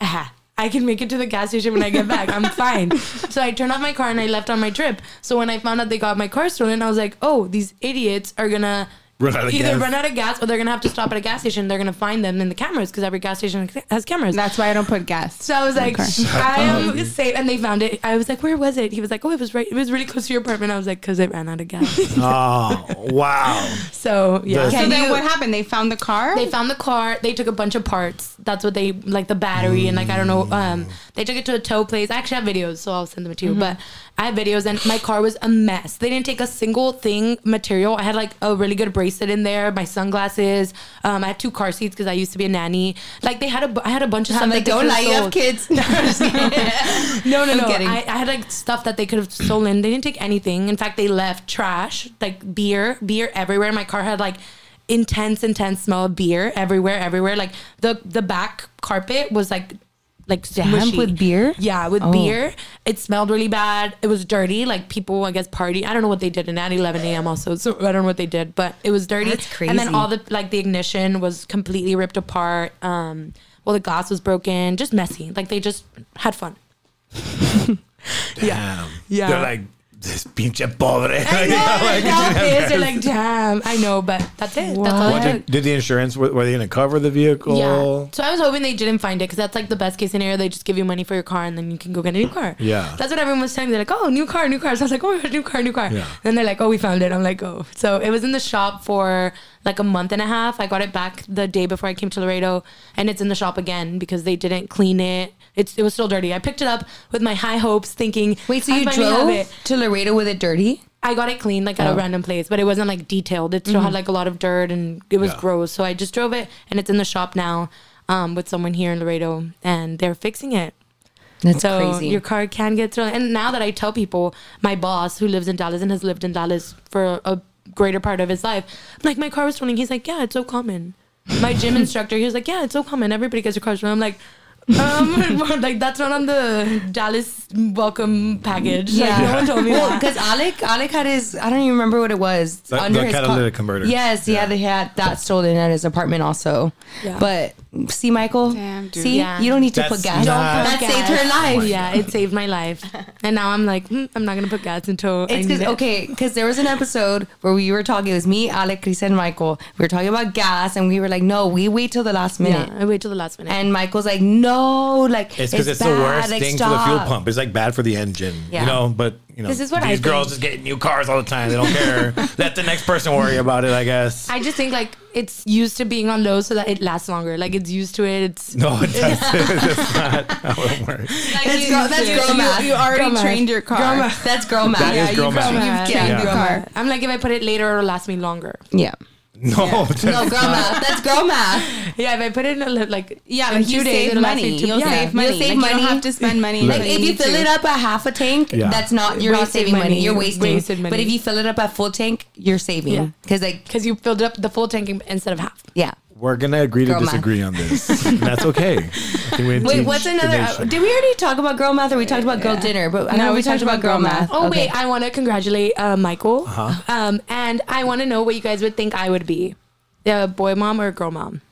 ah, I can make it to the gas station when I get back. I'm fine. So I turned off my car and I left on my trip. So when I found out they got my car stolen, I was like, oh, these idiots are gonna.
Run out of
Either
gas.
run out of gas or they're gonna have to stop at a gas station. They're gonna find them in the cameras because every gas station has cameras.
That's why I don't put gas.
So I was like,
Okay.
I am safe. And they found it. I was like, where was it? He was like, oh, it was right. It was really close to your apartment. I was like, because it ran out of
*laughs*
gas.
Oh wow!
so yeah.
Does-
so
Can
then
you-
what happened? They found the car.
They found the car. They took a bunch of parts. That's what they
Mm-hmm.
like the battery and like I don't know. Um, they took it to a tow place. I actually have videos, so I'll send them to you. But I have videos, and my car was a mess. They didn't take a single thing material. I had like a really good bracelet in there, my sunglasses. Um, I had two car seats because I used to be a nanny. Like they had a, bu- I had a bunch of
I'm
stuff.
like,
that they
don't
could've
lie, you have
sold.
kids. No, I'm just
*laughs*
kidding.
No, no,
I'm
no.
kidding.
I, I had like stuff that they could have stolen. They didn't take anything. In fact, they left trash, like beer, beer everywhere. My car had like intense, intense smell of beer everywhere, everywhere. Like the the back carpet was like like mushy.
with beer?
Yeah, with
Oh.
beer. It smelled really bad. It was dirty. Like people, I guess, party. I don't know what they did. And at 11 a.m. also, so I don't know what they did, but it was dirty.
That's
And then
crazy.
all the like the ignition was completely ripped apart. Um, well, the glass was broken. Just messy. Like they just had fun.
Damn.
Yeah.
They're like, this pinche pobre.
I
*laughs* Like,
know.
I'm
like,
like,
pissed. They're like, damn. I know, but that's it. That's all I
what
had.
did, did the insurance, were, were they going to cover the vehicle?
Yeah. So I was hoping they didn't find it because that's like the best case scenario. They just give you money for your car and then you can go get a new car.
Yeah.
That's what everyone was telling me. They're like, oh, new car, new car. So I was like, oh my gosh, new car, new car.
Yeah.
Then they're like, oh, we found it. I'm like, oh. So it was in the shop for like a month and a half. I got it back the day before I came to Laredo and it's in the shop again because they didn't clean it. It's, it was still dirty. I picked it up with my high hopes, thinking.
*laughs* Wait, so
I
you
finally have
drove to Laredo with it dirty?
I got it clean like at a random place, but it wasn't like detailed. It still had
Mm-hmm.
like a lot of dirt and it was
Yeah.
gross. So I just drove it and it's in the shop now um, with someone here in Laredo and they're fixing it.
That's
So
crazy.
your car can get thrown. And now that I tell people, my boss who lives in Dallas and has lived in Dallas for a greater part of his life, I'm like my car was stolen. He's like, yeah, it's so common. My gym
*laughs*
instructor, he was like, yeah, it's so common. Everybody gets their car stolen. I'm like, um, *laughs* like that's not on the Dallas welcome package. Yeah, like, no one told me
Well,
that.
because Alec, Alec had his, I don't even remember what it was.
The- the catalytic converter.
Yes, yeah,
Yeah.
they had that stolen at his apartment also.
Yeah.
But see, Michael,
Damn, dude.
see,
Yeah.
you don't need to
That's
put gas. Oh
not-
that
Gas.
saved
Oh
her life.
yeah, it saved my life. And now I'm like, hmm, I'm not gonna put gas until I
It's
need
because
it.
okay, because there was an episode where we were talking. It was me, Alec, Chris, and Michael. We were talking about gas, and we were like, "No, we wait till the last minute."
Yeah, I wait till the last minute.
And Michael's like, "No, like
It's because it's, the
bad,
worst
like,
thing for the fuel
stop."
pump. It's like bad for the engine,
Yeah.
you know. But you know,
This is what I
these girls
think.
just get new cars all the time. They don't
*laughs*
care. Let the next person worry about it. I guess.
I just think like it's used to being on low so that it lasts longer. Like it's used to it. It's
no, it doesn't. *laughs* it's not how it works.
That's
That's girl, that's girl
you,
math.
You already
Girl math.
trained your car.
Girl math. That's girl math.
That is girl math.
You've
Yeah.
trained your
Yeah.
car.
I'm like if I put it later, it'll last me longer. *laughs*
Yeah.
No, Oh, that's
No, girl
not-
math. That's girl math.
Yeah, if I put it in a li- like
Yeah,
in
like you
two days,
save
it'll last
money.
me two-
You'll
yeah.
save money.
You'll save
Like, You
money.
don't have to spend money.
Like,
until
Like if you
need
fill
to.
it up at half a tank,
Yeah.
that's not you're not
Wasted
saving money.
money.
You're wasting.
Wasted money.
But if you fill it up at full tank, you're
Yeah.
saving because like
because you filled up the full tank instead of half.
yeah.
We're gonna agree to
Girl math.
disagree on
*laughs*
this. and that's okay. I think we
Wait,
teach
what's
the
another? uh,
nation.
did we already talk about girl math or we talked about girl dinner? But I
No,
know
we
we talked about girl math.
Oh
Okay.
wait, I want to congratulate uh, Michael. Um, and I want to know what you guys would think I would be, the boy mom or girl mom?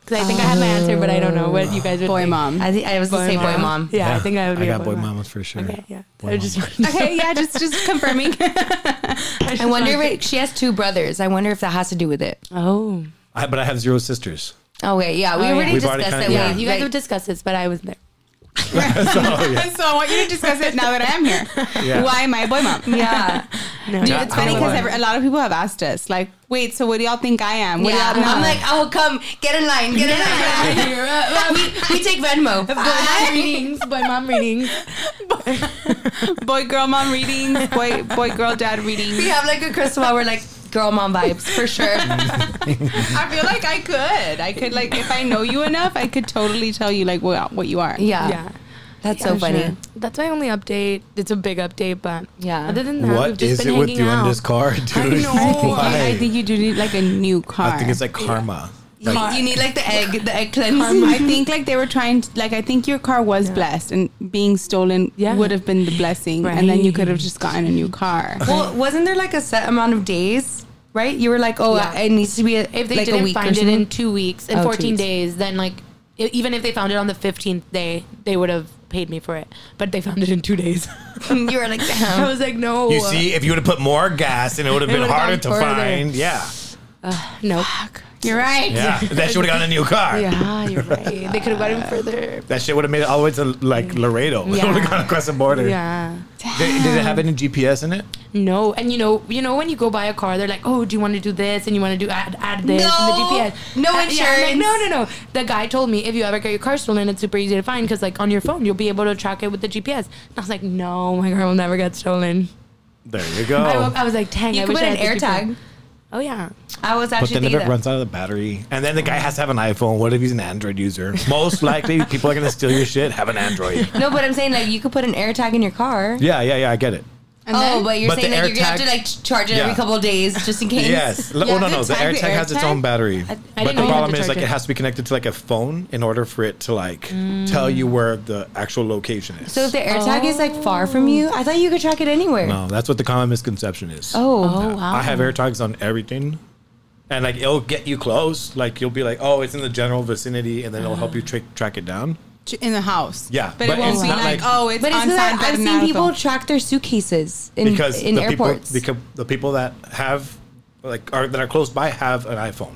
Because I think I have my answer, but I don't know what you guys would.
boy
think.
mom.
I think I was gonna say boy *laughs* mom.
Yeah, I think I would be.
I
a
got boy mamas for sure.
Okay, yeah.
Boy
I
mom.
just,
okay,
*laughs*
yeah, just just confirming.
*laughs* I wonder if it, she has two brothers. I wonder if that has to do with it.
Oh,
I, but I have zero sisters. *laughs*
Oh wait, yeah, we
yeah.
already
We've
discussed
already
that.
kinda-
we-
yeah.
Yeah.
You guys
like-
have discussed this, but I wasn't there.
*laughs*
*laughs*
so I want you to discuss it now that I am here.
Oh, Yeah.
Why am I a boy mom?
*laughs* yeah.
No.
Dude,
Yeah,
it's
I don't
funny
know why.
because a lot of people have asked us, like, wait, so what do y'all think I am? What do
Yeah,
y'all know?
I'm like, oh, come, get in line, get in line. *laughs* we, we take
*laughs*
Venmo.
boy mom readings. Boy mom readings.
boy, girl, mom readings, boy, boy, girl, dad
we
readings.
have like a Christmas where like girl mom vibes for *laughs* sure.
I feel like I could, I could, like, if I know you enough, I could totally tell you, like, what what you are.
Yeah,
Yeah.
that's so funny.
That's my only update. It's a big update, but
Yeah.
Other than that, we've
What
just
is
been
it with
hanging
you
out.
in this car, dude?
I
*laughs*
know. I think you-
Why?
Oh, I think you do need like a new car.
I think it's like karma.
You, you need like the egg, the egg cleanse.
Um, *laughs* I think like they were trying to like I think your car was blessed and being stolen
Yeah.
would have been the blessing and then you
Right.
could have just gotten a new car.
Well, wasn't there like a set amount of days, right? You were like, oh,
Yeah.
it needs to be a,
if they
like a
didn't
week or
find it
something?
in two weeks, in
Oh, two
14
weeks.
days, then like e- even if they found it on the 15th day, they would have paid me for it. But they found it in two days. *laughs*
*laughs* you were like,
I
damn.
was like, no,
You see, if you would have put more gas, and it would have been
would've
harder
gone
to
Uh,
further.
find. Yeah.
no.
You're right.
Yeah, that she would have gotten a new car.
Yeah, you're right. They could have gotten further.
That shit would have made it all the way to like Laredo. *laughs*
Yeah.
would have gone across the border.
Yeah.
Did, did it have any GPS in it?
No, and you know, you know when you go buy a car, they're like, "Oh, do you want to do this? And you want to do add add this?"
No.
and the GPS,
No
Uh, yeah, I'm like,
insurance.
no, no, no. The guy told me if you ever get your car stolen, it's super easy to find because like on your phone, you'll be able to track it with the GPS. And I was like, "No, my car will never get stolen."
There you
I,
go.
woke- I was like, "Dang,
You
I
could
wish
put
I
an
had
air
the GPS.
tag.
Oh yeah,
I was
But then
actually
if
thinking
it
that.
runs out of the battery, and then the guy has to have an iPhone. What if he's an Android user? Most likely, people are gonna steal your shit. Have an Android.
No, but I'm saying like you could put an air tag in your car.
Yeah, yeah, yeah. I get it.
And
oh,
then-
but you're
But the
saying like you're gonna have
AirTag-
to like ch- charge it
Yeah.
every couple of days
*laughs*
just in case.
Yes. L-
Yeah,
well, no,
the
no. The
tag-
AirTag
the
has its
AirTag?
own battery,
I
but
didn't know
the
you had
problem
to
is like
charge it.
it has to be connected to like a phone in order for it to like tell you where the actual location is.
So if the air tag is like far from you, I thought you could track it anywhere.
no, that's what the common misconception is.
Oh.
oh wow.
I have AirTags on everything, and like it'll get you close. Like you'll be like, oh, it's in the general vicinity, and then it'll help you tra- track it down.
in the house.
Yeah,
but,
but
it won't
it's
be
not
like,
like-
oh, it's
But
on
isn't that,
San
I've seen
Bernardo.
people track their suitcases in
because
in
the
airports.
people because the people that have like are that are close by have an iPhone.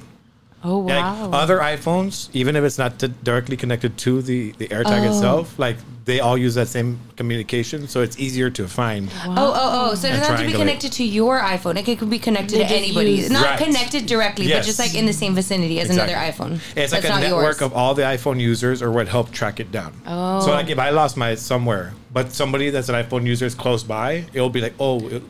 oh
Like, uh,
wow.
other iPhones, even if it's not t- directly connected to the the AirTag
Oh.
itself, like they all use that same communication, so it's easier to find.
Oh, oh, oh! So it
And
doesn't have to be
triangulate.
connected to your iPhone. It could be connected
They
to
just
anybody's,
use-
not
Right.
connected directly,
Yes.
but just like in the same vicinity as another
Exactly.
iPhone.
It's like
That's not
a network
yours.
of all the iPhone users or what helped track it down.
Oh.
So like if I lost my somewhere, but somebody that's an iPhone user is close by, it'll be like, oh, it,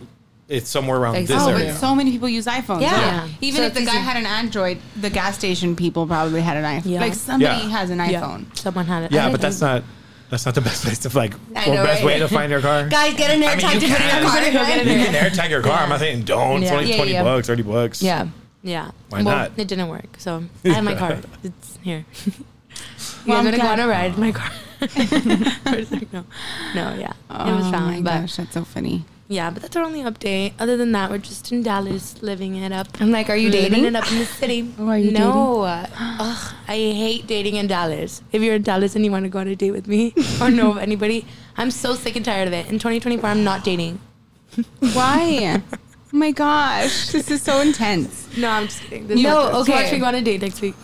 it's somewhere around this
Oh,
Exactly.
area.
but so many people use iPhones.
Yeah.
Yeah.
Even
So
if the
it's
guy
easy.
had an Android, the gas station people probably had an iPhone.
Yeah.
Like somebody
Yeah.
has an
Yeah.
iPhone.
Someone had it.
yeah,
I
but
didn't
that's not that's not the best place to like
I
or
know,
best
right?
way to find your car.
*laughs* Guys, get an air
I mean,
tag
you
to put in
can.
your
*laughs*
car.
you can air tag your car. I'm not saying don't. It's
Yeah.
only
Yeah,
20
yeah.
bucks, 30 bucks.
Yeah.
Yeah.
Why not?
It didn't work,
*laughs*
so I have my card. It's here. *laughs* you
Well,
guys
I'm
want to go on
glad-
a ride? My car. *laughs* I was like, no, no, yeah, it was
Oh my
found, but
gosh, that's so funny.
yeah, but that's our only update. Other than that, we're just in Dallas, living it up.
I'm like, are you
Living it
dating?
up in the
*laughs*
city.
Oh, are you
no, *gasps* Ugh, I hate dating in Dallas. If you're in Dallas and you want to go on a date with me *laughs* or know of anybody, I'm so sick and tired of it. In 2024, I'm not dating. *laughs*
Why? oh my gosh, this is so intense.
No, I'm just kidding. This
No,
is- so
okay.
Watch me go on a date next week.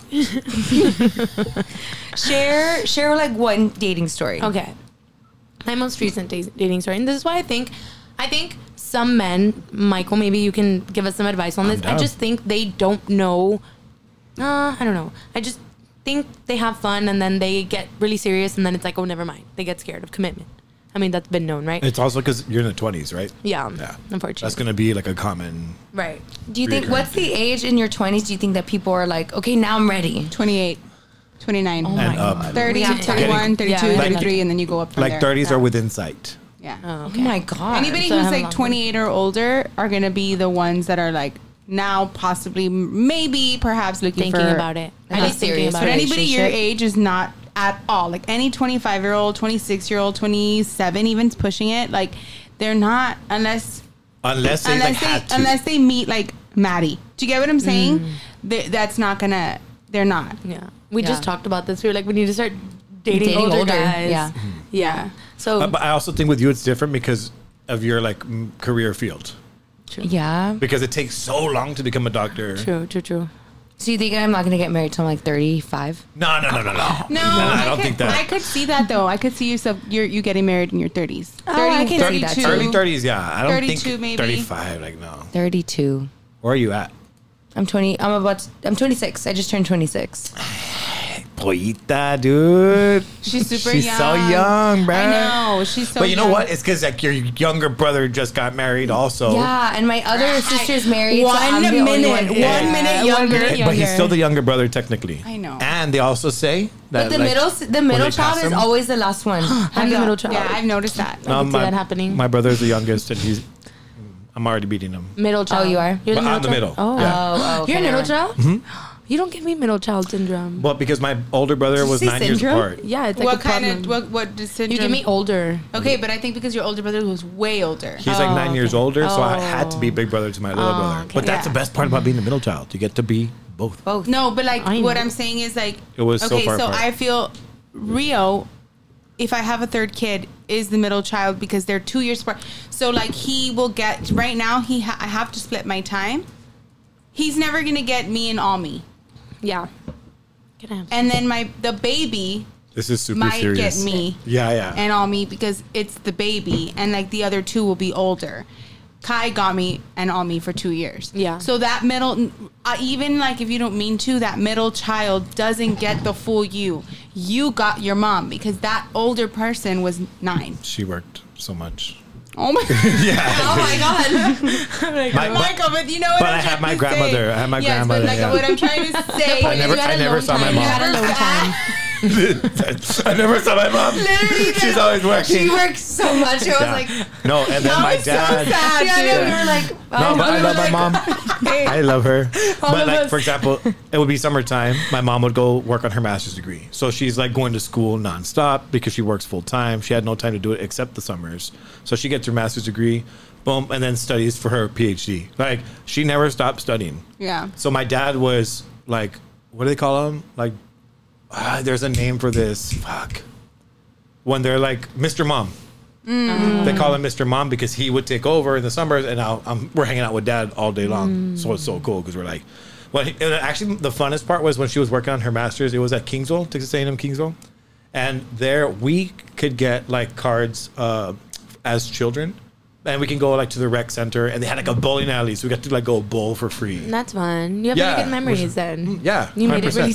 *laughs* Share, share like one dating story.
Okay. My most recent da- dating story, and this is why I think, I think some men, Michael, maybe you can give us some advice on this. I
down.
just think they don't know. Uh, I don't know. I just think they have fun and then they get really serious and then it's like, oh, never mind. They get scared of commitment. I mean, that's been known, right?
It's also because you're in the 20s, right?
yeah,
Um,
Yeah.
Unfortunately,
That's going to be like a common.
right.
Do you think
Reoccurring
what's the age in your 20s? Do you think that people are like, okay, now I'm ready?
28, 29,
Oh my
And up.
god.
30,
We have to-
31, 32,
Yeah, we have to-
33, and then you go up from
Like
there.
30s are within sight.
Yeah.
Oh,
Oh my god!
Anybody
So I
who's
have a
like
long
28 or older are going to be the ones that are like now possibly, maybe, perhaps looking
Thinking
for-
about it.
Not
At least thinking
serious,
about
But
it.
any-
anybody your
relationship.
age is not at all. Like any 25 year old, 26 year old, 27 even's pushing it. Like they're not unless
Unless they like
unless
had
they
to. Mm.
unless they meet like Maddie. Do you get what I'm saying? Th- that's not gonna. They're not.
Yeah. We
Yeah.
just talked about this. We were like, we need to start dating,
Dating
older,
older,
guys.
yeah.
Yeah. So
Uh, but I also think with you it's different because of your like m- career field.
Yeah.
Because it takes so long to become a doctor.
true, true, true.
So you think I'm not gonna get married till I'm like 35?
No, no, no, no, no.
No,
I
I,
don't
could,
think that.
I could see that though. I could see you so you're you getting married in your 30s.
Oh, I can see that, too.
Early 30s, yeah. I don't
32
think
maybe.
35, like no.
32.
Where are you at?
I'm 20. I'm about. To, I'm 26. I just turned 26.
Poyita, dude.
She's super
She's
young.
so young, bruh.
I know. She's so.
but you know
young.
what? It's because like your younger brother just got married, also.
Yeah, and my other sister's married. so
One
I'm the only
minute.
one.
One minute
Yeah, one
younger.
minute
But he's
younger.
still the younger brother technically.
I know.
And they also say that
But the
like,
middle, the
when
middle
they pass
child is
him-
always the last one.
I'm the middle child.
Yeah, I've noticed that.
I can see that happening.
My brother's the youngest, and he's. I'm already beating him.
middle child.
you are?
You're
But I'm the middle.
child? Oh.
Yeah. Mm-hmm.
Oh, okay,
You're a middle
never mind.
child? You don't give me middle child syndrome.
Well, because my older brother
you
was
say
nine years
syndrome?
apart.
yeah, it's like
what
a
kind
problem.
of what what does syndrome?
you give me older.
Okay, but I think because your older brother was way older. Uh,
He's like
Oh,
nine years
okay.
older, so I had to be
Oh.
big brother to my little
Oh,
brother.
okay.
But that's
Yeah.
the best part about being the middle child. You get to be both.
Both.
No, but like
I
what
know.
I'm saying is like
It was so
okay,
far
so
apart.
I feel Rio, if I have a third kid, is the middle child because they're two years apart. So like he will get right now. He ha- I have to split my time. He's never gonna get me and all me.
Yeah. Good answer.
and then my the baby
This is super
might
serious.
get me
Yeah, yeah.
and all me because it's the baby and like the other two will be older kai got me and all me for two years
Yeah.
so that middle uh, even like if you don't mean to that middle child doesn't get the full you you got your mom because that older person was nine.
she worked so much.
Oh my *laughs* oh my
*laughs*
god
My- my-
Michael but you know what
but
I'm
I had
trying
my
to
grandmother.
say.
I had my
yes,
grandmother,
but like
yeah.
what I'm trying
*laughs*
to say
I
is
never-
you had
I
a
never
long
saw my
time.
mom.
You
You
had a long
*laughs*
time.
*laughs* I never saw my mom.
Literally,
She's always working.
She works so much. I was
Yeah.
like,
no, and then my
was so
dad.
sad.
yeah, I know. We were like,
No, but I love my mom. I love her. But
of
like
us.
for example, it would be summertime. My mom would go work on her master's degree, so she's like going to school nonstop because she works full time. She had no time to do it except the summers, so she gets her master's degree, boom, and then studies for her PhD. Like she never stopped studying.
Yeah.
So my dad was like, what do they call him? Like, ah, there's a name for this. Fuck. When they're like Mr. Mom. They call him Mr. Mom because he would take over in the summers, and I'll, i we're hanging out with Dad all day long. So it's so cool because we're like, well, he- and actually, the funnest part was when she was working on her master's. It was at Kingsville, Texas A&M Kingsville, and there we could get like cards uh, as children, and we can go like to the rec center, and they had like a bowling alley, so we got to like go bowl for free.
That's fun. You have
Yeah. Mm,
really good memories then.
yeah,
You made it really
100%.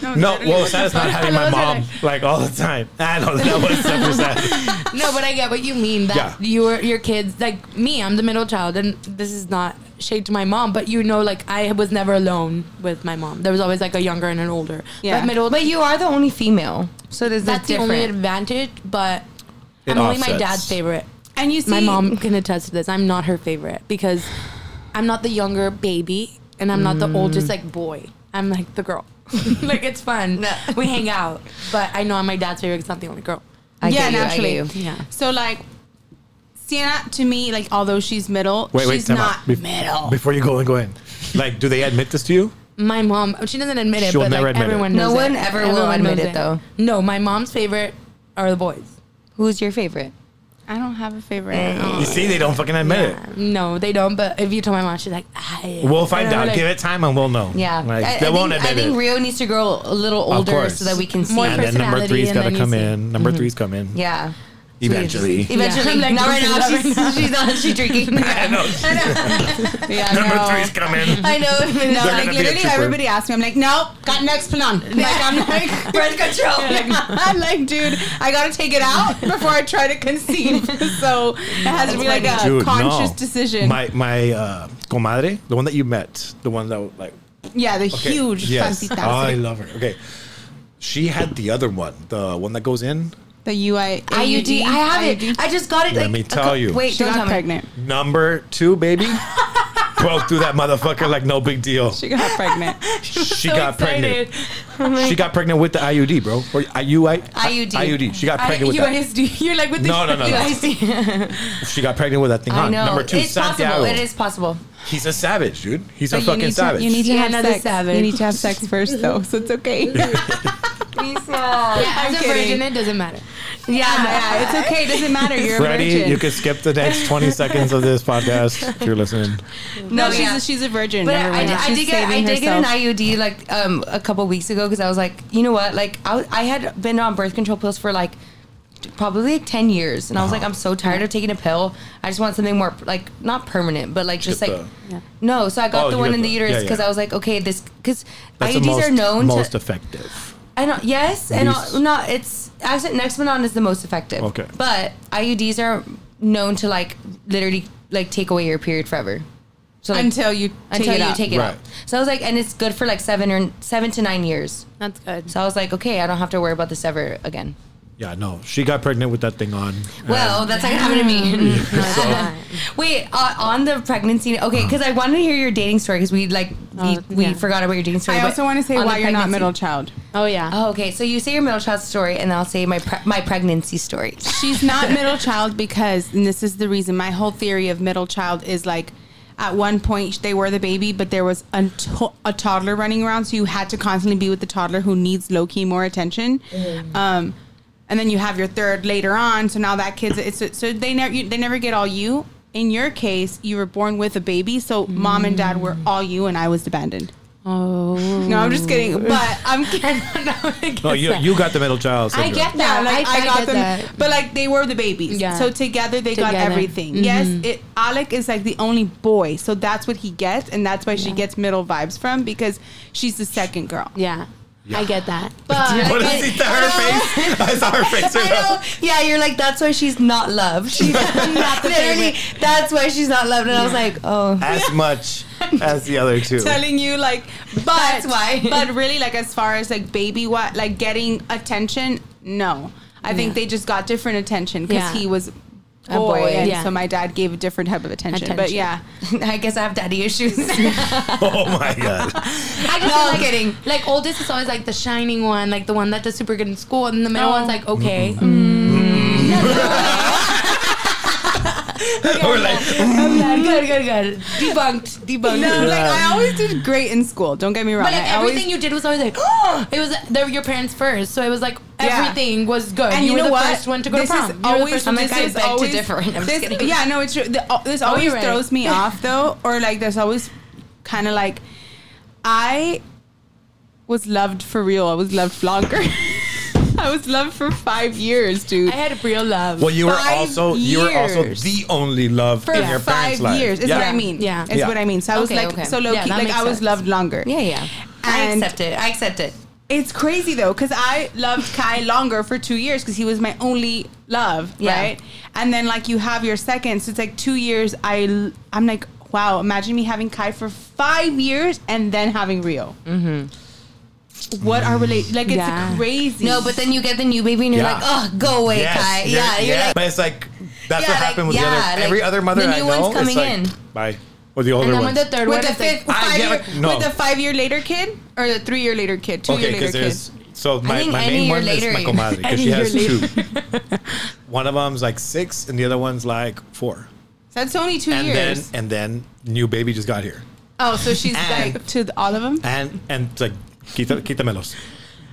sad.
No, well, sad is not having my
Those are
mom like all the time. I know that was super
*laughs*
sad.
*laughs* no, but I get what you mean. That
Yeah.
you were your kids like me. I'm the middle child, and this is not shade to my mom, but you know, like I was never alone with my mom. There was always like a younger and an older.
Yeah.
But middle.
but you are the only female, so there's
that's
that's
the only
different.
advantage. But
It
I'm only my
offsets.
dad's favorite.
and you see
my mom can attest to this. I'm not her favorite because I'm not the younger baby and I'm not the oldest like boy. I'm like the girl. *laughs* like it's fun.
No.
*laughs* We hang out, but I know I'm my dad's favorite because I'm the only girl.
I get
yeah,
you, I get
naturally.
you.
Yeah.
So like, Sienna to me, like although she's middle,
Wait, wait,
she's
time out.
not
Bef-
middle.
Before you go and go in, like, do they admit this to you?
My mom, oh, she doesn't admit it,
She'll
but
never
like
admit it.
everyone
No
knows
one
it.
ever will
Everyone
admit
knows
it, though.
No, my mom's favorite are the boys.
Who's your favorite?
I don't have a favorite.
You see, they don't fucking admit
Yeah. Um, No, they don't. But if you tell my mom, she's like, I,
it. We'll find
and I'm
out.
like,
Give it time, and we'll know.
Yeah,
like,
I,
they
I
won't
think, I
admit
think
it.
Rio needs to grow a little
Of
older
course.
so that we can see.
More
and then number
personality,
three's
and
got to
then
come
you see. Mm-hmm.
in. Number three's come in.
yeah,
*laughs* Eventually.
*laughs*
eventually.
Yeah.
Not right now.
Not right
She's,
now.
she's not. She's drinking.
I know.
*laughs*
Yeah,
number
no.
three's come in.
I know.
*laughs* No,
They're
like
gonna be a
literally
trooper.
everybody asked me. I'm like, nope, got next plan. Like I'm like
Birth control.
*laughs* I'm like, dude, I gotta take it out before I try to conceive. So it has to be like a
Dude,
conscious
no.
decision.
My my uh, comadre, the one that you met, the one that like
yeah, the
Okay.
huge
Yes.
fancy
Oh, I love her. Okay. She had the other one, the one that goes in.
The UI
IUD. I have it. I just got it.
Let
like,
me
a
tell
cou-
you.
Wait,
She
don't
got
tell me.
pregnant.
Number two,
*laughs*
baby. Broke through that motherfucker like no big deal.
She got pregnant.
She got pregnant. She got pregnant with the IUD, bro. Or IUI?
IUD.
IUD. She got pregnant with that.
*laughs*
UISD. You're like with the
No, no, no, no. She got pregnant with that thing
I
on.
know.
Number two,
it's
Santiago.
possible. It is possible.
He's a savage, dude. He's a
But
fucking
you need
savage.
To, you need to
Yeah,
have
another
sex.
savage.
You need to have sex first, though, so it's
*laughs*
okay. yeah,
As
I'm
a
kidding.
virgin, it doesn't matter.
yeah, it's okay. It doesn't matter. You're a
Freddie,
virgin.
you can skip the next
*laughs*
20 seconds of this podcast if you're listening.
no,
No,
she's
yeah.
a, she's a virgin.
But I,
Never
I,
mind.
did, I
She's
did get I
saving
did get an
herself.
IUD like um, a couple weeks ago because I was like, you know what? Like I, was- I had been on birth control pills for like t- probably like 10 years and I was like I'm so tired of taking a pill. I just want something more like not permanent but like just
Get
like
the-
no, so I got
uh, Oh,
the
you
one
got
in the,
the-
uterus
yeah,
because
yeah.
I was like okay this cuz
That's
IUDs
the most,
are known
most
to
effective.
I know. Yes, and
Least-
all, not. It's actually Nexplanon is the most effective.
Okay.
but IUDs are known to like literally like take away your period forever. So like,
until you take
until
it
you
out.
take it
Right.
out. So I was like, and it's good for like seven or seven to nine years.
That's good.
So I was like, okay, I don't have to worry about this ever again.
Yeah, no. She got pregnant with that thing on.
Well, that's not gonna happen to me. *laughs*
so,
Wait, uh, on the pregnancy. Okay, because I wanted to hear your dating story because we like we,
Oh,
we
yeah.
forgot about your dating story.
I
but
also want to say
on the
why you're not
pregnancy-
middle child.
Oh yeah.
*laughs* Oh, okay. So you say your middle child story, and I'll say my pre- my pregnancy story.
She's not middle child because, and this is the reason. My whole theory of middle child is like, at one point they were the baby, but there was a, to- a toddler running around, so you had to constantly be with the toddler who needs low key more attention. Um, and then you have your third later on, so now that kid's it's so they never you, they never get all you. In your case, you were born with a baby, so mom and dad were all you, and I was abandoned.
*laughs* Oh.
No, I'm just kidding. But I'm *laughs* kidding.
No, you, you got the middle child
I
syndrome.
get
Yeah,
that.
like I,
I,
got
get
them,
that.
but like they were the babies.
Yeah.
So together they got
Together. Mm-hmm.
everything. Yes, it, Alec is like the only boy, so that's what he gets, and that's why she gets middle vibes from because she's the second girl.
Yeah. I get that.
But-
But
What is it to her face? *laughs* I saw her face.
*laughs* I know. Yeah, you're like that's why she's not loved. She's not *laughs* literally. That's why she's not loved. And I was like, oh,
As much as the other two.
Telling you like,
*laughs*
but
That's why.
but really like as far as like baby what like getting attention, no. I think
Yeah.
they just got different attention because
Yeah.
he was boy,
A boy.
and
Yeah.
so my dad gave a different type of attention. But
Attention.
yeah,
I guess I have daddy *laughs* issues.
*laughs* Oh my god.
I just
No,
feel
I'm
like,
kidding.
Like oldest is always like the shining one, like the one that does super good in school, and the middle
No.
one's like okay.
We're like,
good, good, good, good. Debunked, debunked.
no, like I always did great in school. Don't get me wrong.
But like
I always-
everything you did was always like, *gasps* oh! it was they were your parents first, so it was like
Yeah.
everything was good.
And you,
were
know
the
what?
first one to go
This
to
is
prom. You were the
always
first one-
I'm like, I
this is
beg to
always-
differ. I'm just
this-
kidding.
Yeah, no, it's true. The, uh, this always
Oh, you're right.
throws
*laughs*
me off though, or like there's always kind of like I was loved for real. I was loved longer. *laughs* I was loved for five years, dude.
I had real love.
well, you were
Five
also you were also
years.
the only love
for
in your
five
parents' life.
years is
Yeah.
what I mean.
Yeah.
is
Yeah.
what I mean. So I was
Okay,
like
okay.
so low
Yeah,
key.
that
Like
makes
I was
sense.
loved longer.
yeah, yeah. I
And-
accept it. I accept it.
It's crazy though, because I loved Kai longer for two years because he was my only love,
Yeah.
right? And then like you have your second, so it's like two years. I l- I'm like, wow, imagine me having Kai for five years and then having Rio. Mm-hmm. What are relate like? It's
Yeah.
crazy.
No, but then you get the new baby and you're
Yeah.
like, oh, go away,
Yes,
Kai.
you're-
Yeah, you're like,
but it's like that's what
Yeah, like,
happened with the
yeah,
other
like,
every other mother
the
I
new
know.
one's
it's
coming
like,
in.
Bye. Or the older
and then when
one.
the third
with
one,
the
is like-
fifth,
I
five
get
year,
it. No.
with the five year later kid or the three year later kid, two
Okay,
year
because
later kid.
there's so my,
think
my
any
main
year
one
later
is my
you-
comadre because
Any
she has
year
two. one of them's like six, and the other one's like four.
So that's only two
And
years.
then and then new baby just got here,
oh, so she's
And-
like to the, all of them.
and and it's like quita, quítamelos.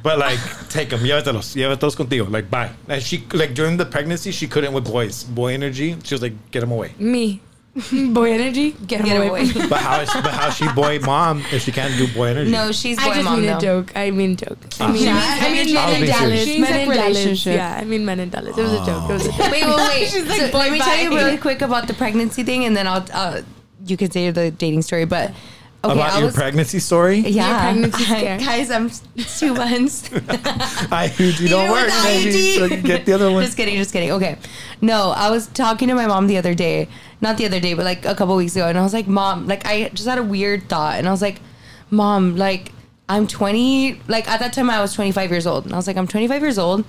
But *laughs* like, take them, llévatelos, llévatelos contigo, like bye. And she like during the pregnancy, she couldn't with boys, boy energy. She was like, get them *laughs* away.
me, *laughs* boy energy, get,
get
him away.
away. *laughs*
from me.
But how is but how is she boy mom if she can't do boy energy? Ah.
no, she's boy
I just
mom
mean a
though.
joke. I mean joke. I mean,
Yeah,
I mean
I'll
men in
be
Dallas. Men in
serious.
She's like
Dallas.
relationship.
Yeah, I mean men in Dallas. It was a joke. It was a joke.
Wait, wait, wait.
She's like,
So
boy,
let me tell you
bye.
really quick about the pregnancy thing, and then I'll uh, you can say the dating story. But okay,
About
I
your
was
pregnancy story,
yeah,
Your
*laughs*
pregnancy
I-
scare.
guys. I'm s- two months.
I you don't
Even
work.
with
baby.
IUD.
So you get the other one.
Just kidding, just kidding. Okay. No, I was talking to my mom the other day, not the other day, but like a couple weeks ago, and I was like, Mom, like I just had a weird thought, and I was like, Mom, like I'm 20, like at that time I was 25 years old, and I was like, I'm 25 years old.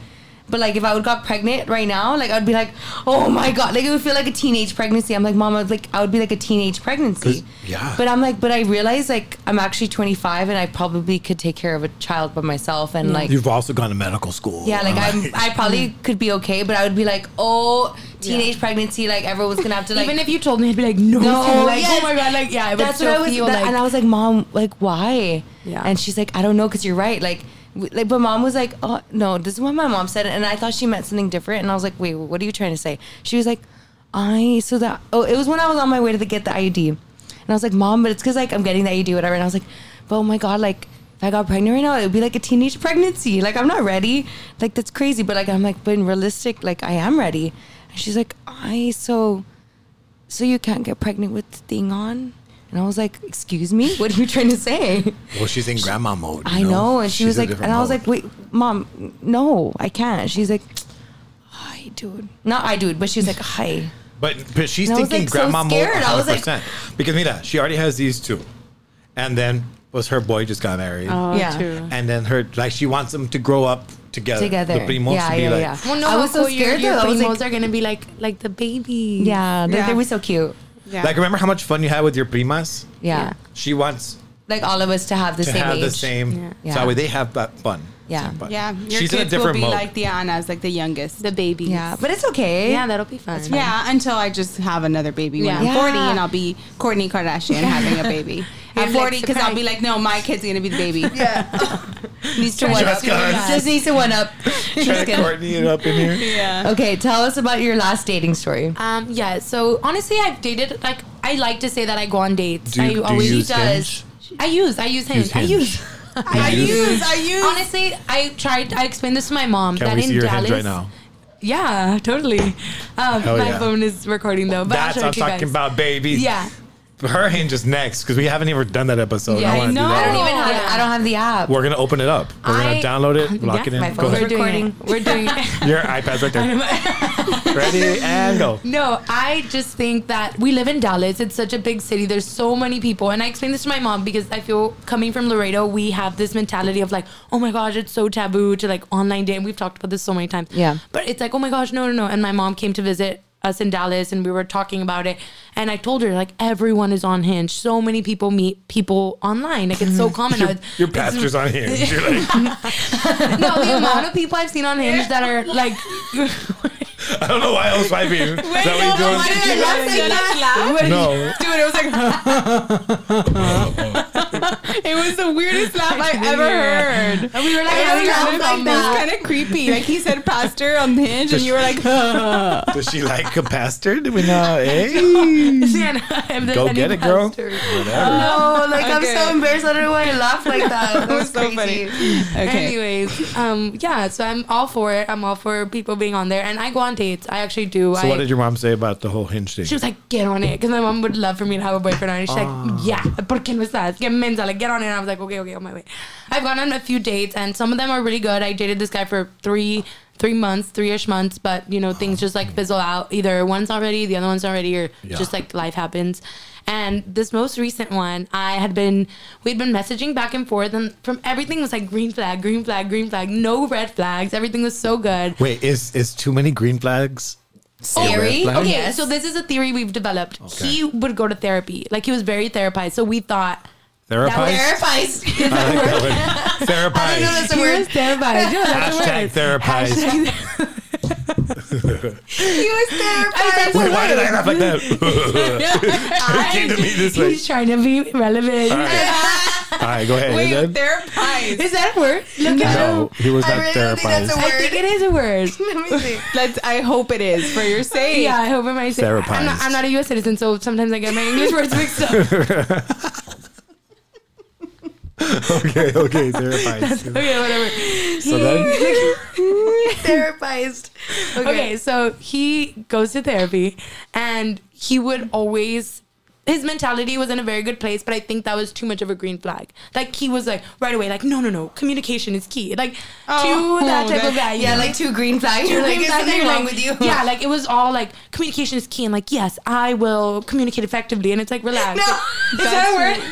But like if I would got pregnant right now, like I'd be like, oh my god, like it would feel like a teenage pregnancy. I'm like, mom, I would like I would be like a teenage pregnancy.
'Cause- yeah.
But I'm like, but I realize like I'm actually 25 and I probably could take care of a child by myself and like
You've also gone to medical school.
yeah, like I'm, I probably could be okay, but I would be like, oh, teenage pregnancy, like everyone's gonna have to like.
Even if you told me, I'd be like, no,
No,
like
yes.
oh my god, like yeah, it would
that's what
still
I was,
feel
that-
like,
and I was like, mom, like why?
Yeah.
And she's like, I don't know, cause you're right, like, w- like, but mom was like, oh no, this is what my mom said, and I thought she meant something different, and I was like, wait, what are you trying to say? She was like, I so that oh, it was when I was on my way to the, get the IUD, and I was like, mom, but it's cause like I'm getting the IUD, whatever, and I was like, but oh my god, like. If I got pregnant right now, it would be like a teenage pregnancy. Like I'm not ready. Like that's crazy. But like I'm like, but in realistic, like I am ready. And she's like, I so so you can't get pregnant with the thing on? And I was like, excuse me? What are you trying to *laughs* say?
Well, she's in grandma mode. you
I know. And she
She's
was
a
like, and
different
I was
mode.
like, wait, mom, no, I can't. She's like, hi, dude. Not I, dude, but she was *laughs* like, hi.
But but she's
And I was,
thinking
like, so
grandma mode.
scared. I was
100%.
like-
because mira, she already has these two, and then was her boy just got married,
Oh,
Yeah.
true.
and then her like she wants them to grow up together.
Together.
the primos
Yeah,
to be
yeah,
like,
yeah.
Well, no,
I was so
Uncle, your-
scared,
Your,
though. I was
primos
like-
are gonna be like like the baby.
Yeah, like,
Yeah.
they were so cute.
Yeah.
like remember how much fun you had with your primas?
Yeah.
Yeah.
She wants
Like all of us to have the
to
same
have
age.
the same.
Yeah.
So that way they have that fun.
Yeah.
Same fun.
yeah, your
she's
kids
in a different
will be
mode. *laughs*
like the Annas, like the youngest.
the baby.
Yeah, but it's okay.
yeah, that'll be fun.
Yeah, until I just have another baby
Yeah.
when I'm
Yeah.
40 and I'll be Kourtney Kardashian having a baby. At
like,
40 because I'll
surprise.
be like, no, my kid's going to be the baby. *laughs*
needs to one up.
Just us.
Just needs to
*laughs*
one up.
Trying
*laughs* Just
to
kidding.
Courtney it up in here.
yeah.
okay, tell us about your last dating story.
Um. Yeah. So honestly, I've dated like I like to say that I go on dates.
Do
I
you- do you
always
use
does.
Hinge?
I use. I use Hinge.
Use
I
Hinge.
use.
I use, I use.
Honestly, I tried. I explained this to my mom
Can
that
we
in
see your
Dallas.
hands right now?
Yeah, totally. Um,
Hell
my
yeah.
phone is recording though. But
That's
I'll
what I'm
show it to you guys.
talking about, baby.
Yeah.
Her hinge is next because we haven't even done that episode.
Yeah, I
wanna do
know.
that.
I don't even have.
Yeah.
I don't have the app.
We're gonna open it up. We're
I-
gonna download it, lock it
Yeah,
in.
my
Go
phone.
We're
ahead.
doing
Recording.
it. We're doing
*laughs*
it.
Your iPad's right there. *laughs* Ready and go.
No, I just think that we live in Dallas. It's such a big city. There's so many people. And I explained this to my mom because I feel coming from Laredo, we have this mentality of like, oh my gosh, it's so taboo to like online date. And we've talked about this so many times.
Yeah.
But it's like, oh my gosh, no, no, no. And my mom came to visit us in Dallas and we were talking about it. And I told her, like, everyone is on Hinge. So many people meet people online. Like, it's so common. now. It's-
*laughs* Your pastor's on hinge. You're like,
*laughs* no, the amount of people I've seen on Hinge that are
*laughs*
like,
I don't know why I was swiping. Is that what
no, but why
you're
did I
doing? No.
laugh like that? Dude, it was like. it was the weirdest laugh I've ever heard.
and we were like,
It
having
was
laugh
like that. kind of creepy. Like he said, pastor on the hinge, and you were like,
Does she like a pastor? Do we know? eh?
*laughs*
Hey. *laughs*
Sienna,
Go get it, girl.
No, like I'm
Okay.
so embarrassed. I don't know why I laughed like that. That was
so
crazy.
funny. okay.
Anyways, um, yeah, so I'm all for it. I'm all for people being on there, and I go on dates. I actually do.
So
I,
what did your mom say about the whole hinge thing?
she was like, "Get on it," because my mom would love for me to have a boyfriend on it. She's like, "Yeah, por qué no estás? Get mensa, like get on it." And I was like, "Okay, okay, on my way." I've gone on a few dates, and some of them are really good. I dated this guy for three, three months, three-ish months, but you know things just like fizzle out. Either one's not ready, the other one's not ready, or
Yeah.
just like life happens. And this most recent one, I had been, we'd been messaging back and forth, and from everything was like green flag, green flag, green flag, no red flags. Everything was so good.
Wait, is is too many green flags?
Scary.
flag?
Okay,
*laughs* Yes.
so this is a theory we've developed. He would go to therapy. Like he was very therapized. So we thought
Therapized?
Verifies.
I like that one.
I know
Therapized.
that's a word.
therapized. Yeah, that's the
Hashtag
word.
therapized.
Hashtag-
*laughs*
He was
I
verified.
said-
Wait, why did I laugh like that? *laughs*
I-
came to me this
*laughs*
way.
He's trying to be relevant.
All right, All right, go ahead.
Wait,
Aiden.
therapized.
Is that a word? Look it
no,
up.
he was
I
not
really don't think
therapized.
that's a
I think it is a word.
Let me see.
Let's. I hope it is for your sake.
Yeah, I hope I'm right. I'm not,
Therapized.
I'm not a U.S. citizen, so sometimes I get my English words mixed up.
*laughs*
*laughs*
okay,
*laughs*
okay, therapized.
Okay, whatever. *laughs*
So then,
Therapized. Okay.
Okay, so he goes to therapy and he would always his mentality was in a very good place, but I think that was too much of a green flag. Like he was like right away, like, no no no, communication is key. Like
Oh,
to that type
that-
of guy.
*laughs* Yeah, like two green flags. You're like, is
Exactly,
something wrong
like-
with you?
Yeah,
*laughs*
like it was all like communication is key and like, yes, I will communicate effectively and it's like relax.
No,
Like, is that a word?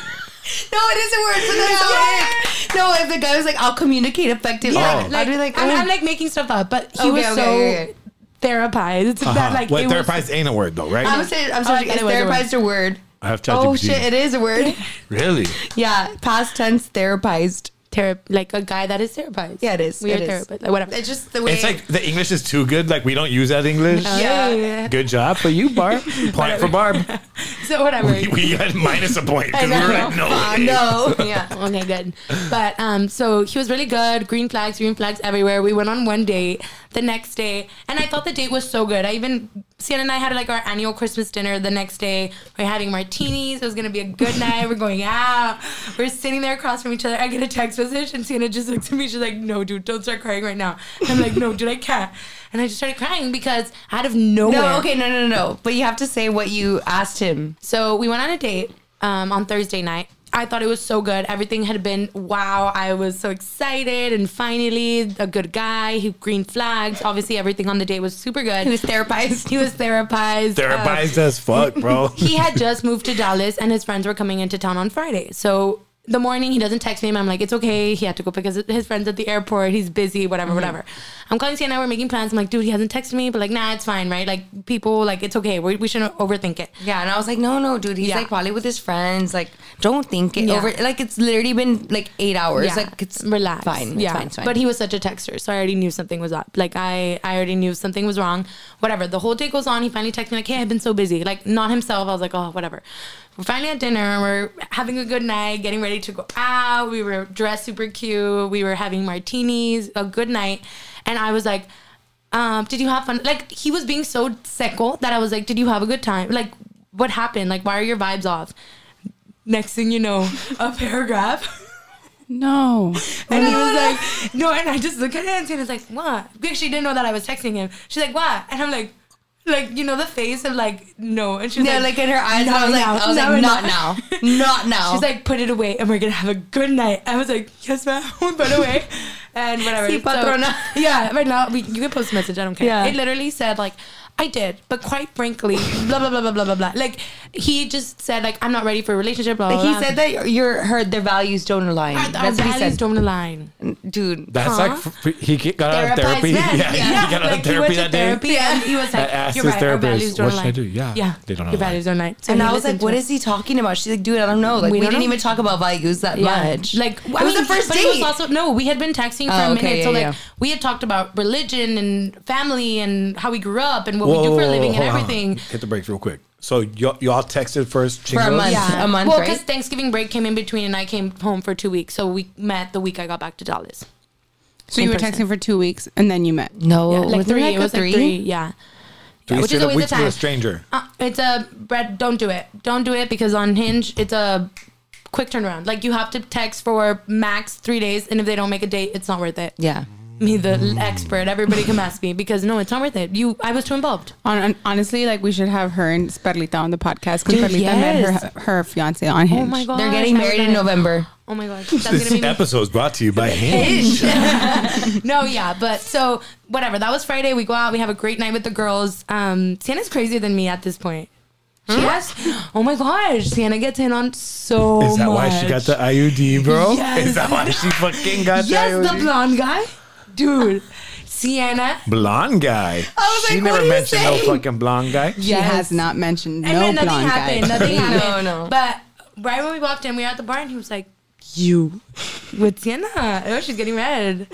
No, it is a word. So that's so weird. No, if the guy was like, I'll communicate effectively.
Yeah,
like, I'd
Like,
be like,
I'm,
oh.
I'm like making stuff up, but he
Okay,
was
okay,
so
okay, okay.
therapized *laughs* that
uh-huh.
like
wait,
it was-
therapized ain't a word though, right?
I'm saying, I'm sorry,
Oh,
is
it was a word.
therapized a word?
I have ChatGPT.
Oh shit, it is a
*laughs*
word.
Really?
yeah, past tense, therapized.
thera- like a guy that is therapized.
Yeah, it is.
We
It
are
is.
therapists. Like, whatever.
It's just the way.
It's like the English is too good. Like we don't use that English.
Yeah.
Oh,
Good job for
*laughs*
you, Barb. Point for Barb.
So whatever.
We, we had minus a point because we
I
were
know.
like, no,
Uh,
way.
no, *laughs* yeah.
okay, good. But um, so he was really good. Green flags, green flags everywhere. We went on one date. The next day, and I thought the date was so good. I even Sienna and I had like our annual Christmas dinner the next day. We're having martinis. It was gonna be a
*laughs*
good night. We're going out. We're sitting there across from each other. I get a text message, and Sienna just looks at me. She's like, "No, dude, don't start crying right now." And I'm like, "No, dude, I can't." And I just started crying because out of nowhere.
No, okay, no, no, no, no. But you have to say what you asked him.
So we went on a date um, on Thursday night. I thought it was so good. Everything had been wow. I was so excited, and finally, a good guy. He green flags. Obviously, everything on the date was super good.
He was therapized.
He was therapized. Uh,
therapized as fuck, bro.
*laughs* he had just moved to Dallas and his friends were coming into town on Friday. So the morning he doesn't text me. I'm like, it's okay. He had to go pick his, his friends at the airport. He's busy, whatever,
Mm-hmm.
whatever. I'm calling Sienna. We're making plans. I'm like, dude, he hasn't texted me, but like, nah, it's fine, right? Like, people, like, it's okay. We, we shouldn't overthink it.
Yeah, and I was like, no, no, dude, he's
Yeah.
like probably with his friends. Like, don't think it
Yeah.
over. Like, it's literally been like eight hours.
Yeah.
Like, it's
relax.
Fine, it's
yeah.
fine, it's fine.
But he was such a texter, so I already knew something was up. Like I, I already knew something was wrong. Whatever. The whole day goes on. He finally texts me like, "Hey, I've been so busy." Like not himself. I was like, "Oh, whatever." We're finally at dinner. We're having a good night, getting ready to go out. We were dressed super cute. We were having martinis. A good night, and I was like. Um, did you have fun? Like he was being so seco that I was like, "Did you have a good time? Like, what happened? Like, why are your vibes off?" Next thing you know, a *laughs* paragraph.
No.
And he
*laughs*
was like, no, and I just look at it and Tina's like, what? Because she didn't know that I was texting him. She's like, what? And I'm like, like, you know, the face of like, no. And she's
Yeah,
like,
like in her eyes,
"Not
I was like,
now,
I was like, not now,
*laughs*
not now.
She's like, put it away and we're going to have a good night. I was like, yes, ma'am. *laughs* We put it away. And whatever. So-
Sí, patrona.
yeah, right now, we, you can post a message. I don't care.
Yeah.
It literally said, like, I did, but quite frankly, blah, blah, blah, blah, blah, blah, blah. Like, he just said, like, I'm not ready for a relationship, blah, blah,
Like, he
blah.
said that your her their values don't align.
our, our
That's what he
values
said,
don't align.
*laughs*
dude.
That's
Huh?
like fr- fr- he get- got out of
Therapized
therapy.
man.
*laughs* Yeah, he got out
like,
of
he
therapy
went to
that day.
therapy and he was like,
I asked
"You're
his
right, our
therapist,
values don't
"What should I
align."
do?" Yeah, they don't
Your
align.
values don't align. So
And
he
I was
listened
like, what
to
is he talking about? She's like, dude, I don't know. Like,
We
we,
don't
didn't
know.
even talk about values that
it. yeah.
much.
Like
it was the first
but It was
date.
also no. We had been texting for
Oh,
a
okay,
minute, so
yeah,
like
yeah.
we had talked about religion and family and how we grew up and what we do
Whoa,
for a living and
hold on.
everything.
Hit the breaks real quick. So y'all, y'all texted first
a
chingos?
month.
Yeah,
A month,
Well,
right?
because Thanksgiving break came in between, and I came home for two weeks, so we met the week I got back to Dallas.
So you
In
were
person.
texting for two weeks and then you met.
no,
Yeah, like
was there
three,
like
it
a
was like
three?
three, yeah.
Three
Yeah, which is
straight up
always
weeks
the
with a
time.
stranger.
Uh, it's a Brett. Don't do it. Don't do it because on Hinge it's a quick turnaround. Like you have to text for max three days, and if they don't make a date, it's not worth it.
Yeah.
Me, the l- expert. Everybody can ask me because no, it's not worth it. You, I was too involved.
On, on, honestly, like we should have her and Sperlita on the podcast because
Dude,
Sperlita
yes.
met her her fiance on Hinge.
Oh my god,
They're getting married in November.
Oh my gosh, that's gonna be me.
episode is brought to you by Hinge.
no, yeah, but so whatever. That was Friday. We go out. We have a great night with the girls. Um, Sienna's crazier than me at this point. She has. *gasps* Oh my gosh, Sienna gets in on so.
Is that why she
much.
got the IUD, bro?
Yes.
Is that why she fucking got
Yes,
the IUD?
the blonde guy, dude. Sienna.
blonde guy.
I was
she
like,
never
what are you
mentioned
saying?
no fucking blonde guy.
She
Yes.
has not mentioned
And
no
then nothing
blonde
happened.
guy.
*laughs* Nothing happened.
No, no.
But right when we walked in, we were at the bar, and he was like, "You with Sienna? Oh, she's getting red.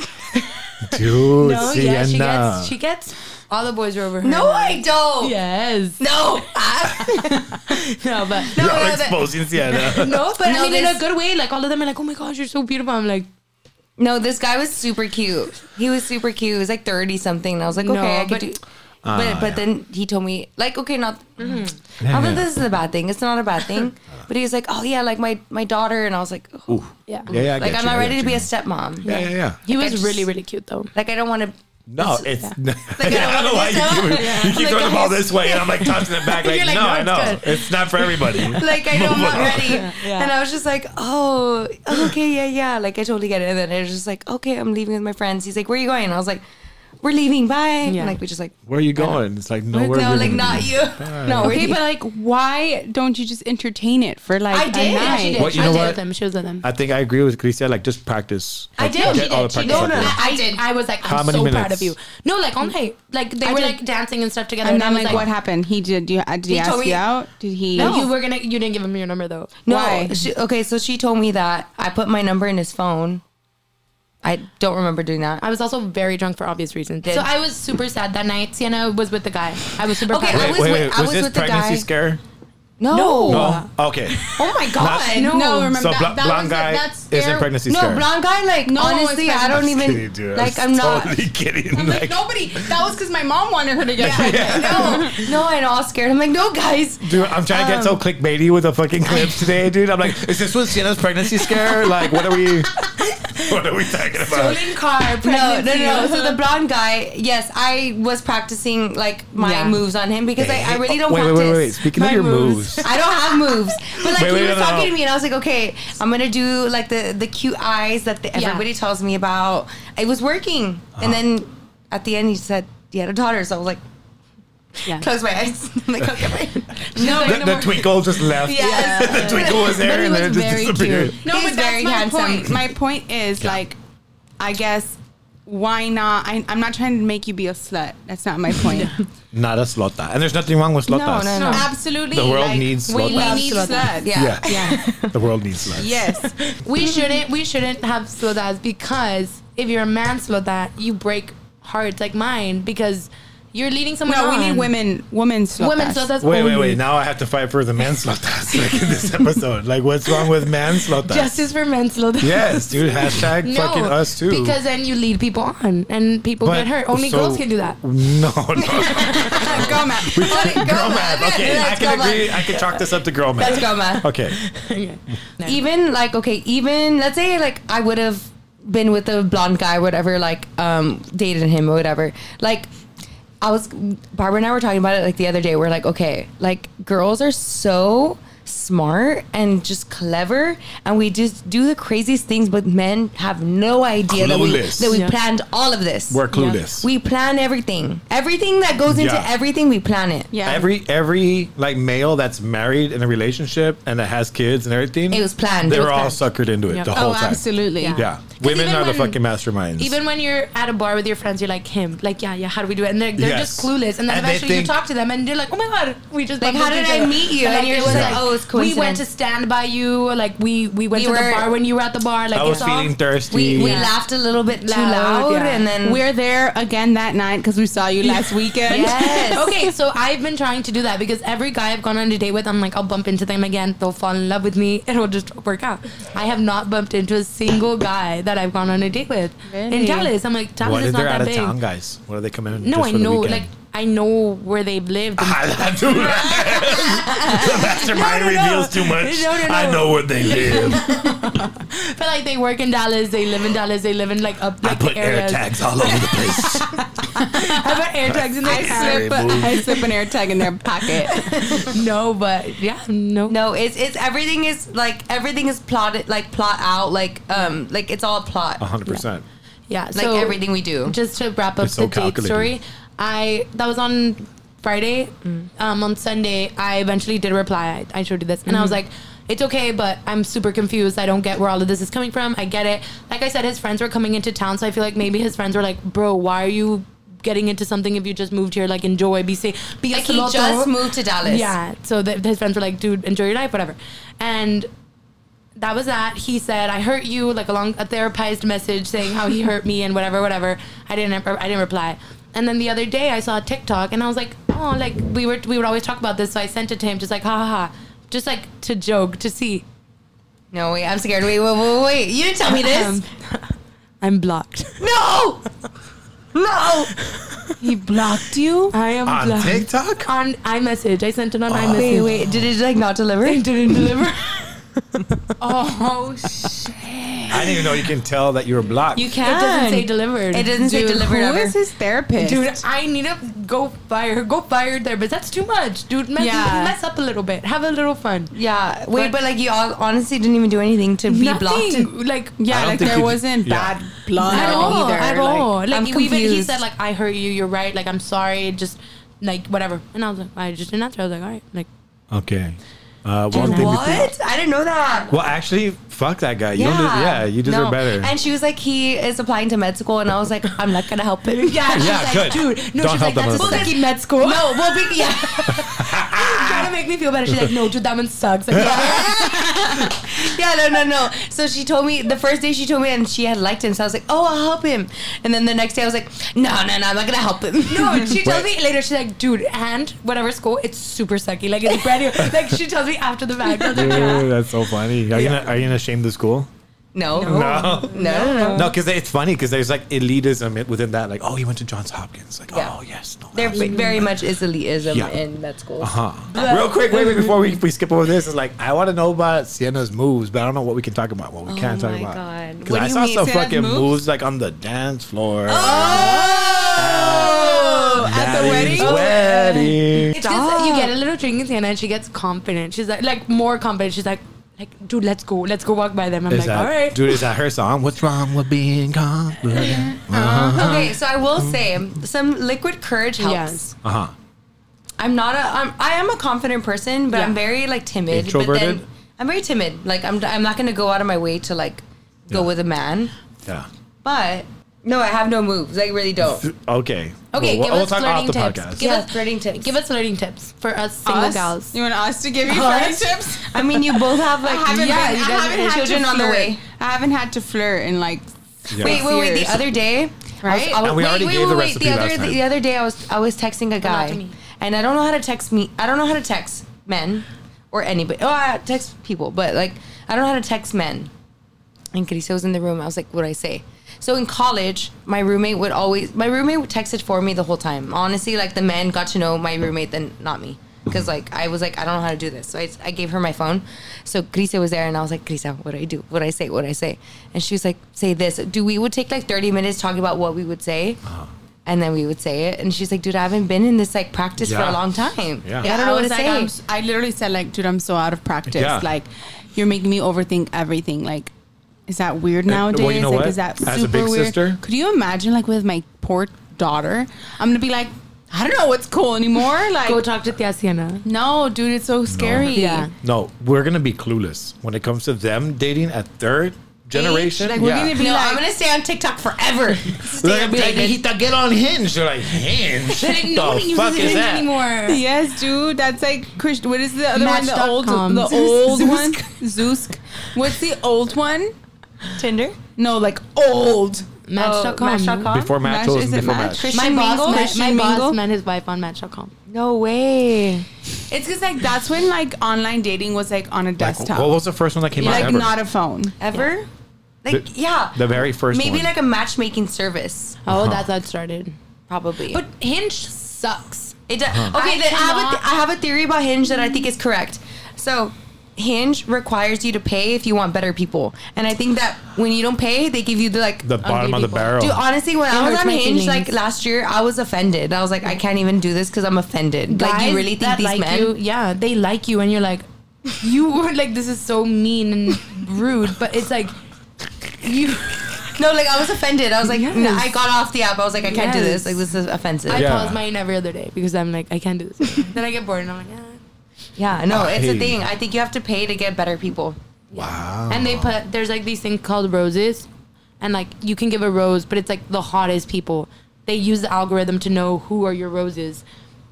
Dude,
No, yeah, she gets. She gets. All the boys were over her.
No, I don't.
Yes.
No. *laughs* I-
*laughs* No, but
*laughs* You're
no, no, but,
exposing Sienna.
*laughs* no, but
No,
I mean in
this-
a good way. Like all of them are like, "Oh my gosh, you're so beautiful." I'm like,
no, this guy was super cute. He was super cute. He was like 30 something. And I was like,
No,
okay, I
but-
could do. But, but
Ah,
then he told me like okay not
Mm-hmm.
not that this is a bad thing it's not a bad
*laughs*
thing but he was like oh yeah like my my daughter and I was like oh,
Ooh.
yeah.
Yeah, yeah, I
like
get
I'm
you, I
not
get
ready to be
you.
a stepmom
Yeah, yeah, yeah.
He
Like, I
was
just-
really, really cute though.
like I don't want to
No, *laughs* it's.
I don't
I don't know why
wanna
*laughs*
you keep,
do so.
you keep
Like,
throwing them all
I-
this way, and I'm like tossing it back. Like,
You're like,
no,
no,
I
it's
know.
good.
It's not for everybody.
*laughs*
like
*laughs*
I know I'm not
on.
ready.
Yeah.
And I was just like, oh, okay, yeah, yeah. Like I totally get it. And then I was just like, okay, I'm leaving with my friends. He's like, where are you going? And I was like, we're leaving. Bye.
Yeah.
And like we just like,
Where are you going? It's like, no,
no,
we're
like
leaving.
not you. *laughs* No,
Okay,
okay,
but like, why don't you just entertain it for like
I did.
a
Yeah,
night?
she did.
What, you
I
know
did
what?
with them. She was with them.
I think I agree with Christian. Like, just practice.
I
Like,
did. She
Get all the
did. She
practice
did.
out
No,
there.
no, I,
I did.
I was like,
How
I'm
many
so
minutes?
proud of you. No, like all night. Like they
I
were
did.
like dancing and stuff together.
And
I
then
was
like, what happened? He did. You, did he,
He told
ask
me-
you out? Did he?
No, you were gonna. You didn't give him your number though.
no.
Why?
She, okay, so she told me that I put my number in his phone. I don't remember doing that.
I was also very drunk for obvious reasons. So I was super sad that night. Sienna was with the guy. I was super
Okay,
proud.
I
Wait,
was
wait,
with-
wait. Was
I was
this
with the
pregnancy
guy.
scare?
No.
No. Okay.
Oh my god.
No.
no, remember
So
that,
bl-
that
blonde
was
guy
it. That's
isn't
scary.
pregnancy
No,
scare.
blonly guy. Like
No,
honestly,
it's
I don't
fine.
even
Kidding, dude. I
like.
was
I'm not.
totally kidding.
I'm like, nobody. That was because my mom wanted her to get pregnant.
No,
*laughs*
no, I'm all scared. I'm like, no, guys.
Dude, I'm trying to get so clickbaity with the fucking clips today, dude. I'm like, is this what Sienna's pregnancy scare? Like, what are we, what are we talking about?
Stolen car.
No, no,
pregnancy.
no.
*laughs*
So the blonde guy, yes, I was practicing like my
Yeah.
moves on him because I, I really don't
oh, wait, wait,
practice.
wait, wait. Speaking of
My
your
moves.
moves,
*laughs* I don't have moves, but like
Wait,
he
wait,
was
no, no,
talking
no.
to me, and I was like, "Okay, I'm gonna do like the the cute eyes that the,
Yeah.
everybody tells me about." It was working,
Uh-huh.
and then at the end, he said he had a daughter, so I was like,
Yeah.
"Close my eyes." *laughs* I'm like, okay,
no,
the, the twinkle just left.
yes.
*laughs* The twinkle was
But
there
he
and then it
was
just
very
disappeared.
cute. No,
He's
but that's
very
my
handsome.
point. My point is like, I guess why not? I, I'm not trying to make you be a slut. That's not my point.
Not a slota. And there's nothing wrong with slotas.
no, no.
Absolutely,
The world
like,
needs
we
sluts.
need
Absolutely.
sluts.
Yeah. *laughs*
Yeah. *laughs* The world needs slotas.
Yes.
we shouldn't we shouldn't have slotas because if you're a man slota, you break hearts like mine because You're leading someone.
No, we
on.
need women. Women slow.
Women.
fast.
So that's
Wait,
all we
wait, wait.
need.
Now I have to fight for the manslaughter *laughs* like in this episode. Like, what's wrong with manslaughter?
Justice for manslaughter.
Yes, dude.
*laughs*
Hashtag
No,
fucking us too.
Because then you lead people on, and people
But-
get hurt. Only
so-
girls can do that. *laughs*
*laughs* no, no.
Go, Matt.
Only girls-
Girl math. Okay, I
Let's
can
go, man.
agree. I can chalk this up to girl math.
Let's go, man.
Okay.
even like okay even let's say like i would have been with a blonde guy whatever like um dated him or whatever like i was barbara and i were talking about it like the other day we're like okay like girls are so smart and just clever and we just do the craziest things but men have no idea that we,
Clueless.
that we
Yeah.
planned all of this
We're clueless.
we plan everything everything that goes into
Yeah.
everything we plan it
Yeah.
Every every like male that's married in a relationship and that has kids and everything,
It was planned.
They
It was
were all
planned.
suckered into it
Yep.
the whole
Oh,
time.
absolutely.
Yeah.
Yeah,
'Cause
women
even
are the
when-
fucking masterminds.
Even when you're at a bar with your friends, you're like him. Like, yeah, yeah. How do we do it? And they're, they're
Yes.
just clueless. And then
And they
eventually
think-
you talk to them, and they're like, oh my god, we just
Like,
bumped
how
into
did
each
I
other."
meet you?
And,
And
like,
you're
it
just
was
like,
like,
oh, it's
we went
coincidence.
to stand by you. Like we we went
We
to the
were-
bar when you were at the bar. Like
I was
it's all-
feeling thirsty.
we, we
Yeah.
laughed a little bit too
Loud,
loud,
yeah.
and then
We're there again that night because we saw you last weekend.
yes
*laughs* okay, so I've been trying to do that because every guy I've gone on a date with, I'm like, I'll bump into them again. They'll fall in love with me. *laughs* It'll just work out. I have not bumped into a single guy that I've gone on a date with in
Really?
Dallas. I'm like, Dallas
what
is
if
not
they're
that
out of
big.
town, guys? What are they coming? in
No,
just
I
for the
know,
weekend?
like I know where they've lived. and-
*laughs* I do
*laughs*
that. the mastermind reveals too much.
No, no, no.
I know
*laughs*
where they live.
But like they work in Dallas, they live in Dallas, they live in like up
I
like
put
the
air
areas.
tags all over the
*laughs*
place.
I put air tags in
I
their car.
slip, *laughs* I slip an air tag in their pocket.
No, but yeah, no.
*laughs* No, it's it's everything is like everything is plotted like plot out like um like it's all a plot
One hundred percent.
Yeah,
like
so
everything we do.
Just to wrap up
It's so
the date
calculated.
story, I that was on Friday.
Mm.
Um, on Sunday, I eventually did reply. I, I showed you this, and I was
Mm-hmm.
like, "It's okay, but I'm super confused. I don't get where all of this is coming from. I get it. Like I said, his friends were coming into town, so I feel like maybe his friends were like, "Bro, why are you?" Getting into something if you just moved here, like enjoy, be safe. Be a
like he
saloto."
just moved to Dallas.
Yeah. So th- his friends were like, dude, enjoy your life, whatever. And that was that. He said, I hurt you, like a long, a therapized message saying how he hurt me and whatever, whatever. I didn't, I didn't reply. And then the other day I saw a TikTok and I was like, oh, like we were, we would always talk about this. So I sent it to him just like, ha ha ha. Just like to joke, to see.
No, wait, I'm scared. Wait, wait, wait, wait. You didn't tell me this.
Um, I'm blocked.
no. No.
he blocked you?
I am
On
blocked.
TikTok?
On iMessage. I sent it on iMessage.
Wait, wait. Did it like not deliver?
It didn't deliver.
Oh, shit.
I didn't even know you can tell that you were blocked.
You
It doesn't
can.
say delivered.
It doesn't say
Dude,
delivered
who
ever.
is his therapist?
Dude, I need to go fire, go fire there, but that's too much, dude. Mess,
Yeah.
mess up a little bit, have a little fun.
Yeah. Wait,
But-
but, like you all honestly didn't even do anything to be blocked.
Nothing, like
I
yeah,
don't
like
think
there
he-
wasn't
yeah.
bad blood
at all,
either.
at
like,
all. Like,
I'm
even he
confused.
said, like I hurt you, you're right. Like I'm sorry, just like whatever. And I was like, I just didn't answer. I was like, all right, like
okay. Uh, one thing we could-
What? I didn't know that.
well, actually, fuck that guy. You yeah, don't, de- yeah you deserve
No.
better.
And she was like, he is applying to med school, and I was like, I'm not gonna help him. *laughs*
yeah, she's
*laughs* Yeah,
like,
good.
dude, no,
Don't
she's
help
like
them
that's a
out.
sucky med school.
No, well, be, *laughs* yeah.
*laughs*
*laughs*
trying to make me feel better. She's like, no, dude, that one sucks. Like, yeah.
yeah, no, no, no. So she told me the first day she told me, and she had liked him. So I was like, oh, I'll help him. And then the next day I was like, no, no, no, I'm not gonna help him.
No,
*laughs*
she tells
Right.
me later. She's like, dude, and whatever school, it's super sucky. Like it's brand
*laughs*
new. Like she tells me after the fact. I was like, yeah. *laughs*
Dude, that's so funny. Are you gonna, are you gonna shame the school?
no,
No.
no, no, no.
No, because it's funny because there's like elitism i- within that. Like, oh, he went to Johns Hopkins. Like,
Yeah.
oh, yes, no.
There very much is elitism
Yeah.
in med school.
huh. Real quick, wait, wait, before we, we skip over this, it's like I want to know about Sienna's moves, but I don't know what we can talk about, what we can't talk
my
about.
God.
'Cause
What do
I
you
saw
mean,
some
Sienna's
fucking
moves?
moves like on the dance floor.
Oh, at the
Daddy's
wedding?
wedding.
It's because you get a little drink in Sienna and she gets confident. She's like, like more confident. She's like, like, dude, let's go, let's go walk by them. I'm
Is
like,
that,
all right.
Dude, is that her song? What's wrong with being confident?
Okay, so I will say
Mm-hmm.
some liquid courage helps.
Yes.
Uh huh.
I'm not a. I'm, I am a confident person, but I'm
Yeah.
very like timid. But
Introverted?
then I'm very timid. Like I'm. I'm not gonna go out of my way to like go
Yeah.
with a man.
Yeah.
But no, I have no moves. I really don't.
Okay.
Okay,
We'll,
give
we'll
us
talk off
flirting
the
tips.
podcast.
Give
Yeah,
us
flirting tips. *laughs*
Give us flirting tips for us single
Us?
gals.
You want us to give you
Us?
flirting tips?
I mean, you both have like
I haven't
yeah,
been-
you
I
guys
haven't
have
had to
children on the
flirt.
way.
I haven't had to flirt in like
Yeah.
Wait, wait, wait.
Years.
The other day,
Right?
I was, I was,
And we
wait,
already
wait,
gave the
wait, wait.
recipe
The other
last
the,
time.
other day, I was I was texting a
not to
guy,
me.
and I don't know how to text me. I don't know how to text men or anybody. Oh, I text people, but like I don't know how to text men. And Carissa was in the room. I was like, what do I say? So in college, my roommate would always my roommate would texted for me the whole time. Honestly, like the men got to know my roommate than not me. Because like I was like I don't know how to do this, so I, I gave her my phone. So Krisa was there, and I was like, Krisa, what do I do? What do I say? What do I say? And she was like, say this. Do we would take like thirty minutes talking about what we would say,
Uh-huh.
and then we would say it. And she's like, dude, I haven't been in this like practice for
Yeah.
a long time.
Yeah.
Like, I don't know what
was
to
like,
say.
I'm s- i literally said like, dude, I'm so out of practice.
Yeah.
Like, you're making me overthink everything. Like, is that weird nowadays?
Uh, well, you know
like,
what?
is that
As a
super
big
weird?
sister-
Could you imagine like with my poor daughter? I'm gonna be like, I don't know what's cool anymore. Like,
Go talk to Tia Sienna.
no, dude, it's so scary.
Yeah.
No, we're gonna be clueless when it comes to them dating at third generation.
like, we're gonna be
no,
like-
I'm gonna stay on TikTok forever. Stay
They're gonna be like,
updated.
"Hijita, get on Hinge. You're like, Hinge? the fuck is that?
*laughs* anymore.
Yes, dude. That's like Christ- what is the other one? The old,
Match.com.
the
Zeus-
old
Zeus.
one. Zeusk. What's the old one?
Tinder.
No, like old.
Oh, Match.com.
Match.com.
Before match,
Match,
was
is it
before
Match?
match.
Christian
My boss,
Mingle?
met, my
Christian Mingle?
boss met his wife on Match.com.
No way.
It's because like that's when like online dating was like on a
Like,
desktop,
what was the first one that came out
like
ever?
not a phone.
Ever? Like
The-
yeah.
the very first
Maybe
one.
like a matchmaking service.
Oh, that's how it started.
Probably.
But Hinge sucks.
It does. Okay,
I
then I, have a
cannot-
th- I have a theory about Hinge that I think is correct. So, Hinge requires you to pay if you want better people, and I think that when you don't pay, they give you the like.
the bottom of the
people.
barrel.
Dude, honestly, when I was
hurts
on
my
Hinge
feelings.
like last year, I was offended. I was like, I can't even do this because I'm offended. like,
Guys
you really think
that
these
like
men?
You, yeah, they like you, and you're like, you were like, this is so mean and rude, but it's like, you. *laughs*
No, like I was offended. I was like, no,
Yes.
I got off the app. I was like, I can't do
Yes.
this. Like, this is offensive.
I
Yeah.
pause mine every other day because I'm like, I can't do this.
*laughs*
then I get bored, and I'm like, "Ah." yeah.
yeah, no, it's
Hey.
a thing. I think you have to pay to get better people.
wow.
And they put there's like these things called roses, and like you can give a rose, but it's like the hottest people. They use the algorithm to know who are your roses,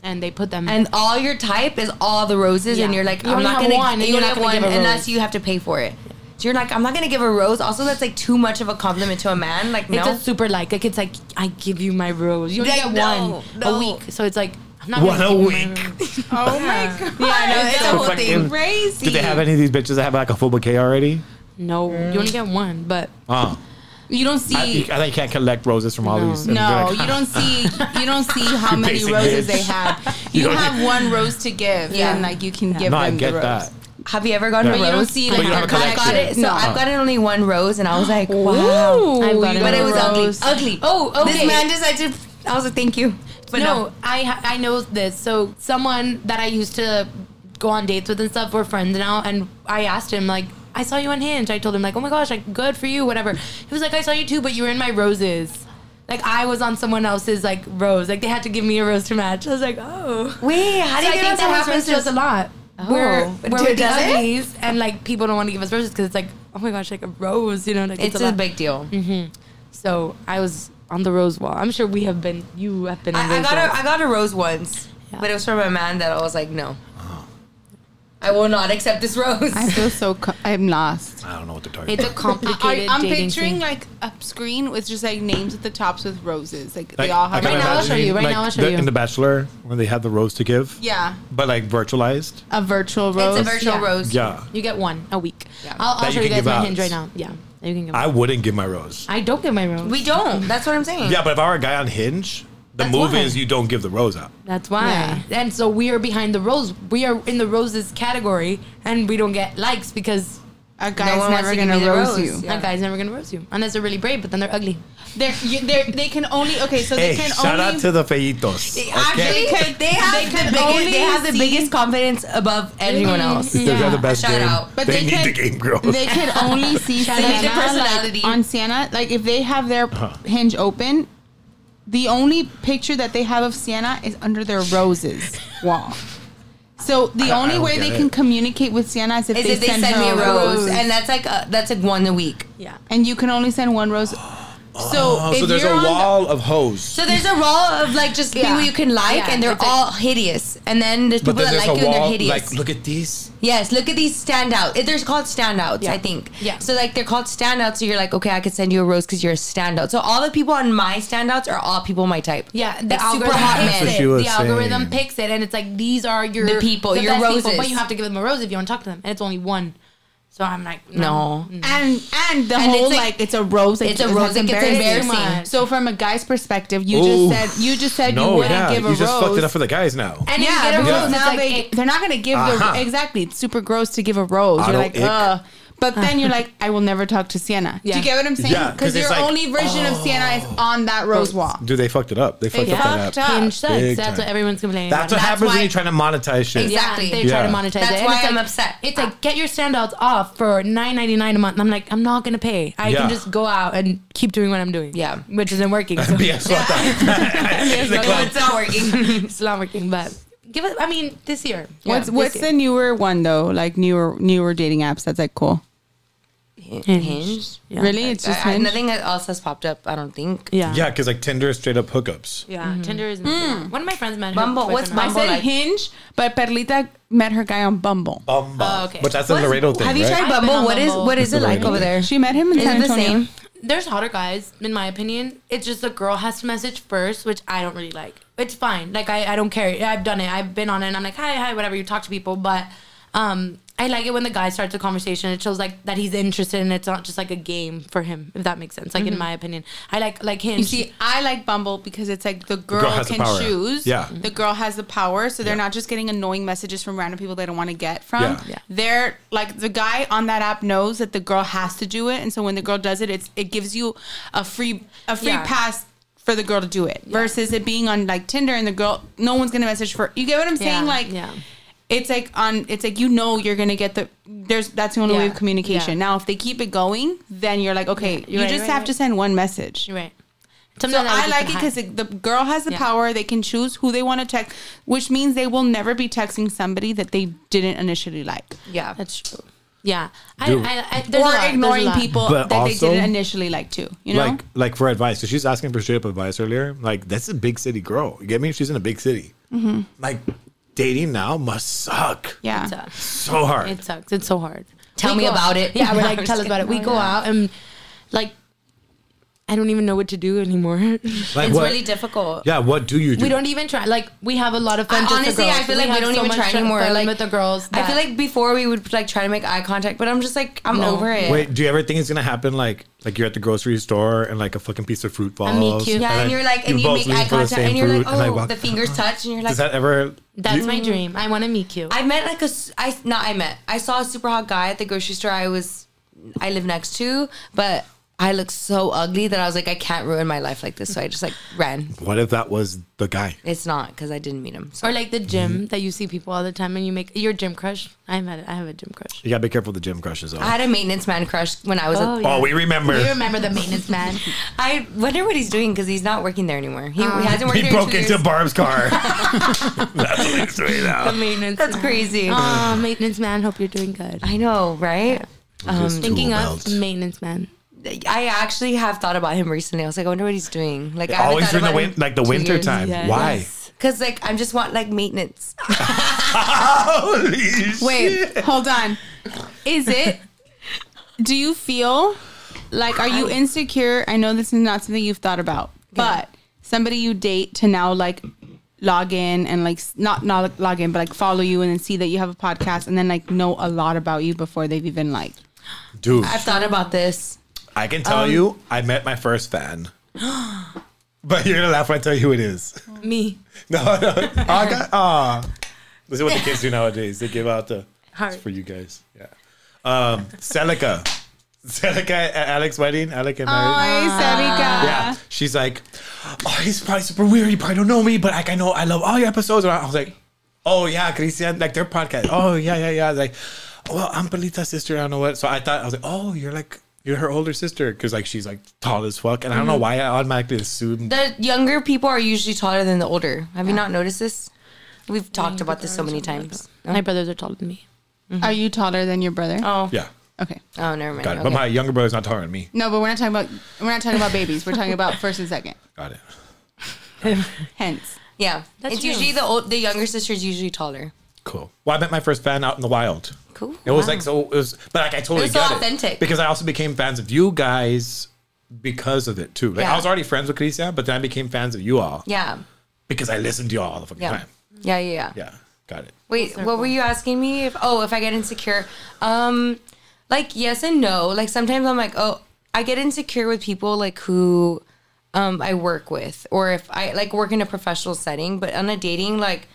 and they put them.
and all your type is all the roses, and
Yeah.
you're like,
You
I'm
only
not
have
gonna,
one, and
you
you're
only
not
have
gonna
one
give a
unless
rose.
you have to pay for it. So you're like, I'm not gonna give a rose. Also, that's like too much of a compliment to a man. Like,
it's
no,
a super like like it's like I give you my rose. You only
Like,
get
no,
one
no.
a week, so it's like I'm not.
What
gonna
a
give you
week.
my rose.
Oh my god!
yeah, no, it's a
So
whole
fucking-
thing.
crazy.
Did they have any of these bitches that have like a full bouquet already?
No, you
Mm.
only get one, but
Uh,
You don't
I,
see.
you- I think you can't collect roses from all
No.
these. and be
no,
like, *laughs*
you don't see. You don't see how
You
many
basic
roses
bitch.
they
*laughs*
have. You
don't-
have one rose to give,
Yeah.
and like you can give
No,
them
I
the
get
rose.
that.
Have you ever gotten
But
a
you
rose?
don't see,
But like, you don't have a
I got it.
collection.
So
No.
I've gotten only one rose, and I was like, wow,
Oh. I've
Ooh,
gotten
you
but it was
got a
ugly,
rose.
ugly.
Oh,
This
okay.
man decided. I was like, thank you, but
no,
no.
I ha- I know this. So someone that I used to go on dates with and stuff, we're friends now, and I asked him like, I saw you on Hinge. I told him like, oh my gosh, like good for you, whatever. He was like, I saw you too, but you were in my roses. Like I was on someone else's like rose. Like they had to give me a rose to match. I was like, oh.
Wait, how do
So
you
I think
get on
that
someone's
happens to us a
roses?
lot.
Oh.
We're, we're
Dude,
with the
does it?
uglies, and like people don't want to give us roses because it's like, oh my gosh, like a rose, you know? Like
It's a
lot.
big deal.
So I was on the rose wall. I'm sure we have been. You have been. on
I, I
rose
got
walls.
a I got a rose once,
Yeah.
but it was from a man that I was like, no, I will not accept this rose. *laughs*
I feel so. Co- I'm lost.
I don't know what they're
*laughs*
talking
It's a
about.
complicated.
I, am
dating
picturing
scene.
like a screen with just like names at the tops with roses. Like,
Like,
they all
I
have.
can
Right now, I'll
imagine,
show you. Right
like,
now, I'll show
the-
you.
In The Bachelor, when they had the rose to give,
yeah,
but like virtualized.
a virtual rose.
it's a virtual
yeah.
rose.
Yeah.
You get one a week.
Yeah.
I'll,
That
I'll
you
show you
can
guys
give
my
out.
hinge right now. Yeah, you can give.
I
I,
wouldn't give my rose.
I don't get my rose.
We don't. That's what I'm saying.
Yeah, but if I were a guy on Hinge, the
That's
move
why.
is you don't give the rose out.
That's why.
Yeah.
And so we are behind the rose. We are in the roses category, and we don't get likes because
A
No one
guy's
wants
never
to give
gonna
me the
rose,
rose.
you.
Yeah.
that guy's never gonna rose you unless they're really brave. But then they're ugly.
They're, you, they're, they can only okay. So they
Hey,
can
shout
only
out to the feitos.
They-
okay?
Actually,
Okay.
they have
They can
the biggest.
only
They have the
see-
biggest confidence above everyone else.
They've got the best
Shout
game.
out.
Mm, But
they,
they
need
can-
the game, girl.
They can only see
Shout out
Sienna,
to
like,
personality.
on Sienna. Like if they have their hinge open, the only picture that they have of Sienna is under their roses wall. So the
I- I
only
don't
way
get
they
it.
can communicate with Sienna is if
Is
they,
if they
send,
send me
her
a rose, and that's like a, that's like one a week.
Yeah.
and you can only send one rose. So,
*laughs* *gasps* Oh,
if
so there's
you're
a
on the-
wall of hoes.
So there's a wall of like just
Yeah.
people you can like,
Yeah,
and they're
it's like-
all hideous. And then there's people
But then there's
that like
a
you and they're
wall.
hideous.
Like, look at these.
Yes, look at these standouts. It- They're called standouts,
Yeah.
I think.
Yeah.
So like they're called standouts. So you're like, okay, I could send you a rose because you're a standout. So all the people on my standouts are all people my type.
Yeah,
the
the
it's
algorithm
super hot
picks
That's what
men.
she
it.
was
The algorithm
saying.
picks it, and it's like these are your
The people, your
best
roses.
but you have to give them a rose if you want to talk to them, and it's only one. So I'm like,
No,
and and the
And
whole
it's
like,
like-
it's a rose. Like,
it's a
it
rose.
has
Like it's
embarrassing-
embarrassing.
much.
So from a guy's perspective, you
Ooh.
just said you just said you
No,
wouldn't
yeah,
give a
you just
rose.
fucked it up for the guys now.
And if you
yeah,
get a
because
rose,
now
now it's
they
like,
they're not gonna give
Uh-huh.
the exactly. It's super gross to give a rose. You're
Auto
like,
ick.
ugh. But then you're like, I will never talk to Sienna. Do
Yeah.
you get what I'm saying?
Yeah, 'cause
Because
it's
your
like, oh.
only version of Sienna is on that rose wall.
Dude, they fucked it up. They fucked
They
up that app.
fucked up.
Hinge sucks.
Big
That's
time.
what everyone's complaining
That's
about.
what happens
why-
when you try to monetize shit.
Exactly.
Yeah, they try
Yeah.
to monetize
That's
it. And
why
it's
I'm
like-
upset.
It's like get your standouts off for nine ninety nine a month. And I'm like, I'm not gonna pay. I
Yeah.
can just go out and keep doing what I'm doing.
Yeah.
which isn't working.
*laughs*
So
Be a slut
*laughs*
out. In the club.
it's um, not
*laughs*
working.
it's not working. But give it. I mean, this year.
What's
Yeah,
what's
this
the
year.
newer one though? Like newer newer dating apps that's like cool.
*laughs* Hinge.
Yeah.
Really? It's just
I, I,
Hinge?
nothing else has popped up. I don't think.
Yeah.
Yeah, because like Tinder is straight up hookups.
Yeah, Tinder is not for that. one of my friends met her
Mm. Hmm. Bumble,
boyfriend
what's
on-
I
Bumble?
said
like-
Hinge, but Perlita met her guy on Bumble.
Bumble.
Oh, okay.
But that's a Laredo thing,
have you
right?
tried-
Hey,
I've been
Bumble,
on
what is
Bumble.
what is it like
Really?
over there?
She met him in
Is
San
it the
Antonio.
same?
There's hotter guys, in my opinion. It's just the girl has to message first, which I don't really like. It's fine. Like I, I don't care. I've done it. I've been on it and I'm like, hi, hi, whatever, you talk to people, but um I like it when the guy starts a conversation. It shows like that he's interested and it's not just like a game for him, if that makes sense. Like in my opinion. I like like him.
*laughs*
Mm-hmm. You see, I like Bumble because it's like the girl,
girl has the
can
power.
choose.
Yeah.
The girl has the power. So they're
Yeah.
not just getting annoying messages from random people they don't want to get from.
Yeah.
Yeah.
They're like the guy on that app knows that the girl has to do it. And so when the girl does it, it's it gives you a free a free
Yeah.
pass for the girl to do it. Versus it being on like Tinder and the girl no one's gonna message for you get what I'm saying?
Yeah,
Like
yeah.
It's like on. It's like you know you're gonna get the. There's that's the only way
Yeah,
of communication.
yeah.
Now if they keep it going, then you're like okay, you
you're right,
just
right,
have
right.
to send one message.
You're right.
So
Sometimes would
I
just
like
say
it
hi.
because the girl has the
Yeah.
power; they can choose who they want to text, which means they will never be texting somebody that they didn't initially like,
Yeah.
that's true. Yeah. I,
Dude.
I, I there's a
or
lot, there's a
ignoring
lot.
people
But
that they
also-
didn't initially like too. You know,
Like, like for advice, because she's asking for straight up advice earlier. Like, that's a big city girl. You get me? She's in a big city.
Mm-hmm.
Like, dating now must suck
yeah.
It sucks.
so hard.
It sucks. It's so hard.
Tell
We
me
go-
about it.
Yeah, we're
No,
like,
*laughs* I'm
tell us
just
about it. We
kidding.
go out and like, I don't even know what to do anymore. *laughs*
like,
It's
what,
really difficult.
Yeah, what do you do?
we don't even try. Like, we have a lot of fun.
I-
just the
honestly,
girls.
I feel like we
have
don't even
much
try
fun
anymore. Like
with the girls,
I feel
that-
like before we would like try to make eye contact, but I'm just like I'm
No.
over it.
Wait, do you ever think it's gonna happen? Like, like you're at the grocery store and like a fucking piece of fruit falls.
meet cute.
yeah, and you're like, and
you
you
both
make
lean
eye
for the
contact,
same
and you're like,
fruit, and I
oh,
walk-
the
*laughs*
fingers touch, and you're like,
Does that ever?
that's
you-
my dream. I want to meet you.
I met like a, s- I not I met, I saw a super hot guy at the grocery store. I was, I live next to, but I looked so ugly that I was like, I can't ruin my life like this. So I just like ran.
What if that was the guy?
It's not because I didn't meet him. So.
or like the gym that you see people all the time, and you make your gym crush. I'm at it. I have a gym crush.
You gotta be careful with the gym crushes. Though.
I had a maintenance man crush when I was.
Oh,
a,
yeah.
oh, we remember.
You remember the maintenance
*laughs*
man?
I wonder what he's doing because he's not working there anymore. He, he hasn't worked
He
there.
broke
in two
into
years.
Barb's car. That's what he's doing
the
now.
maintenance.
That's
man.
crazy.
Oh, maintenance man. Hope you're doing good.
I know, right?
Thinking of maintenance man.
I actually have thought about him recently. I was like, I wonder what he's doing. Like, I
Always during the win- like the winter time.
Yes.
Why?
Because like I'm just want like maintenance.
Holy
Wait,
shit.
hold on. Is it? do you feel like are you insecure? I know this is not something you've thought about, but somebody you date to now like log in and like s- not not log in, but like follow you and then see that you have a podcast and then like know a lot about you before they've even like.
dude,
I've thought about this.
I can tell you, I met my first fan. but you're gonna laugh when I tell you who it is. *laughs*
Me.
No, no. Oh, I got, ah. This is what the kids do nowadays. They give out the
Heart.
it's for you guys. Yeah. Um, Celica. *laughs* Celica at Alex's wedding. Alec and Mary. Yeah. She's like, oh, he's probably super weird. You probably don't know me, but like, I know I love all your episodes. And I was like, oh, yeah, Christian, like their podcast. Oh, yeah, yeah, yeah. Like, well, I'm Pelita's sister. I don't know what. So I thought, I was like, oh, you're like, you're her older sister. Cause like, she's like tall as fuck. And I don't know why I automatically assumed.
The younger people are usually taller than the older. Have you not noticed this? We've talked about this so many times.
My brothers are taller than me.
Are you taller than your brother?
Oh,
Yeah.
Okay.
Oh, never mind.
Got it.
Okay.
But my younger brother's not taller than me.
No, but we're not talking about we're not talking about babies. We're talking about first and second.
Got it.
Hence,
yeah,
That's
it's
you.
usually the old, the younger sister's usually taller.
Cool. Well, I met my first fan out in the wild.
Cool.
It was
Wow.
like so. It was, but like I totally
It was so
got
authentic.
it because I also became fans of you guys because of it too. Like
Yeah.
I was already friends with Christian, but then I became fans of you all
Yeah,
because I listened to you all all the fucking
yeah,
time.
yeah, yeah, yeah.
Yeah, got it.
Wait, what were you asking me? If oh, if I get insecure, um, like yes and no. Like sometimes I'm like, oh, I get insecure with people like who, um, I work with, or if I like work in a professional setting, but on a dating like.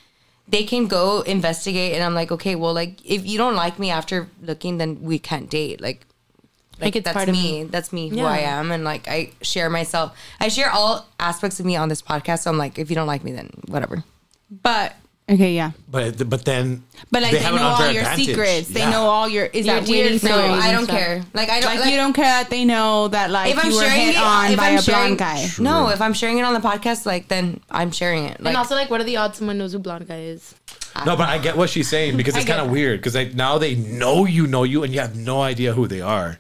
They can go investigate, and I'm like, okay, well, like if you don't like me after looking, then we can't date. Like, like,
it's
that's
part of
me. That's me who
Yeah.
I am, and like I share myself. I share all aspects of me on this podcast. So I'm like, if you don't like me, then whatever.
but okay, yeah.
But th- but then
But like they,
have
know
an
all
unfair
your
advantage.
secrets. They
Yeah.
know all your is
Your
that weird?
dating
for
No,
you?
stories.
I don't
and stuff.
care. Like I don't
Like,
like-
you don't care that they know that like
if I'm
you were
sharing
hit
it
on
if
by
I'm
a
sharing,
blonde guy.
No, if I'm sharing it on the podcast, like then I'm sharing it. Like,
and also, like, what are the odds someone knows who blonde guy is?
No, but I get what she's saying
*laughs*
because it's
get
kind of
that.
weird because like now they know you know you and you have no idea who they are,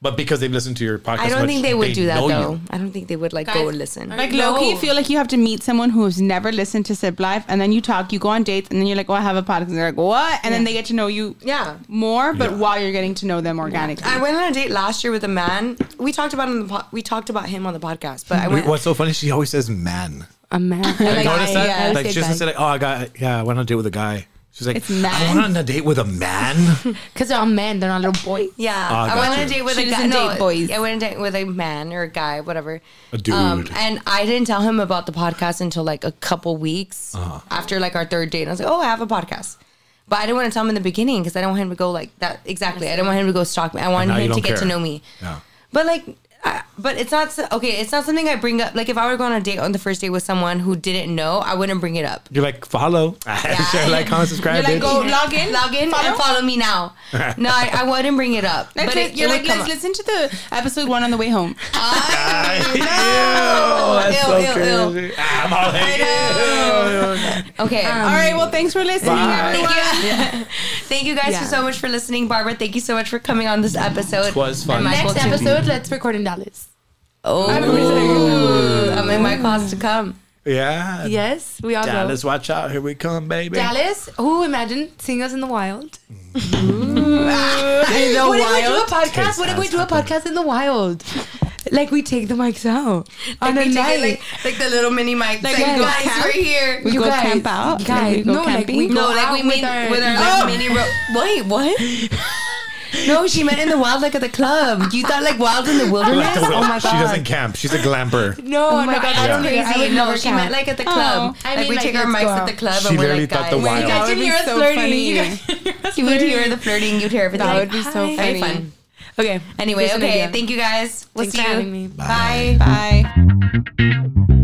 but because they've listened to your podcast,
I don't
much,
think they would
they
do that
know you.
though. I don't think they would like go
Guys,
listen.
are
Like low key,
No.
feel like you have to meet someone who's never listened to Sip Life, and then you talk, you go on dates, and then you're like, "Oh, I have a podcast," and they're like, "What?" And then they get to know you,
Yeah.
more. But
Yeah.
while you're getting to know them organically,
I went on a date last year with a man. We talked about him. on the po- we talked about him on the podcast, but I went.
What's so funny? She always says "man."
A *laughs* man.
Like, notice that?
yeah, I
like
said
she doesn't
guy.
say like, "Oh, I got yeah, I went on a date with a guy." She's like,
It's man.
"I went on a date with a
*laughs*
man."
Because they're all men, they're not little boys.
Yeah,
Oh, I
I,
got
went on a
you.
date with
She
a guy.
doesn't
No,
date boys.
I went on a date with a man or a guy, whatever. Um,
A dude.
and I didn't tell him about the podcast until like a couple weeks
Uh-huh.
after like our third date. And I was like, oh, I have a podcast. But I didn't want to tell him in the beginning because I don't want him to go like that. Exactly. I don't want him to go stalk me. I wanted
now you
him to
don't
get to
care.
know me.
Yeah.
But like, I, but it's not so- okay. It's not something I bring up. Like if I were going on a date on the first date with someone who didn't know, I wouldn't bring it up.
You're like *laughs* follow, share, like, comment, subscribe.
You're
bitch.
like, go log in,
Log in and follow
*laughs*
me now. No, I, I wouldn't bring it up.
That's
but
it.
it,
you're
it
like, Um,
would come
let's
up.
listen to the episode one on the way *laughs* home.
*laughs*
*laughs*
Ew, that's
Ew,
so
ew, ew.
crazy. Ah, I'm all like,
Okay.
All right, well, thanks for listening,
Bye.
um, everyone.
Thank you guys
Yeah.
so much for listening, Barbara. Thank you so much for coming on this episode.
was Mm-hmm. fun.
And Michael
Next
too.
episode, let's record in Dallas.
Oh, I'm in my class to come.
yeah,
Yes, we all
Dallas, watch out! Here we come, baby.
go. Dallas, who imagine seeing us in the wild?
In the
*laughs* what if we do a
wild.
podcast? What if we do a podcast in the wild? Like we take the mics out on
Like,
a
we take
night.
it, like, like the little mini mic. Like,
we go
guys,
camp?
we're here.
We
You
go
guys-
camp out.
guys,
we go
no, like,
camping.
we-
no,
go
like we
out with
mean
our-
with our like, mini ro- Wait, what? no, she meant in the wild, like at the club. You thought like
*laughs*
wild in the wilderness? oh my god.
She doesn't camp. She's a glamper.
No,
Oh my
no,
god,
I
that's
don't
crazy.
think I would
no,
never
she
count.
meant like at the club.
I
like
mean,
we
like,
take our
let's
mics
go
at
out.
the club
She
and we're
literally
like,
thought
guys.
the
you
wild.
guys
would
would
be
be
us
so
flirting.
funny.
You guys *laughs* would hear us
You would
flirting.
hear the flirting. You'd hear everything.
That would be so
That'd be
funny.
fun.
Okay.
Anyway,
Here's an
okay.
idea.
Thank you guys. We'll
Thanks
see
for
you.
having me.
Bye.
Bye.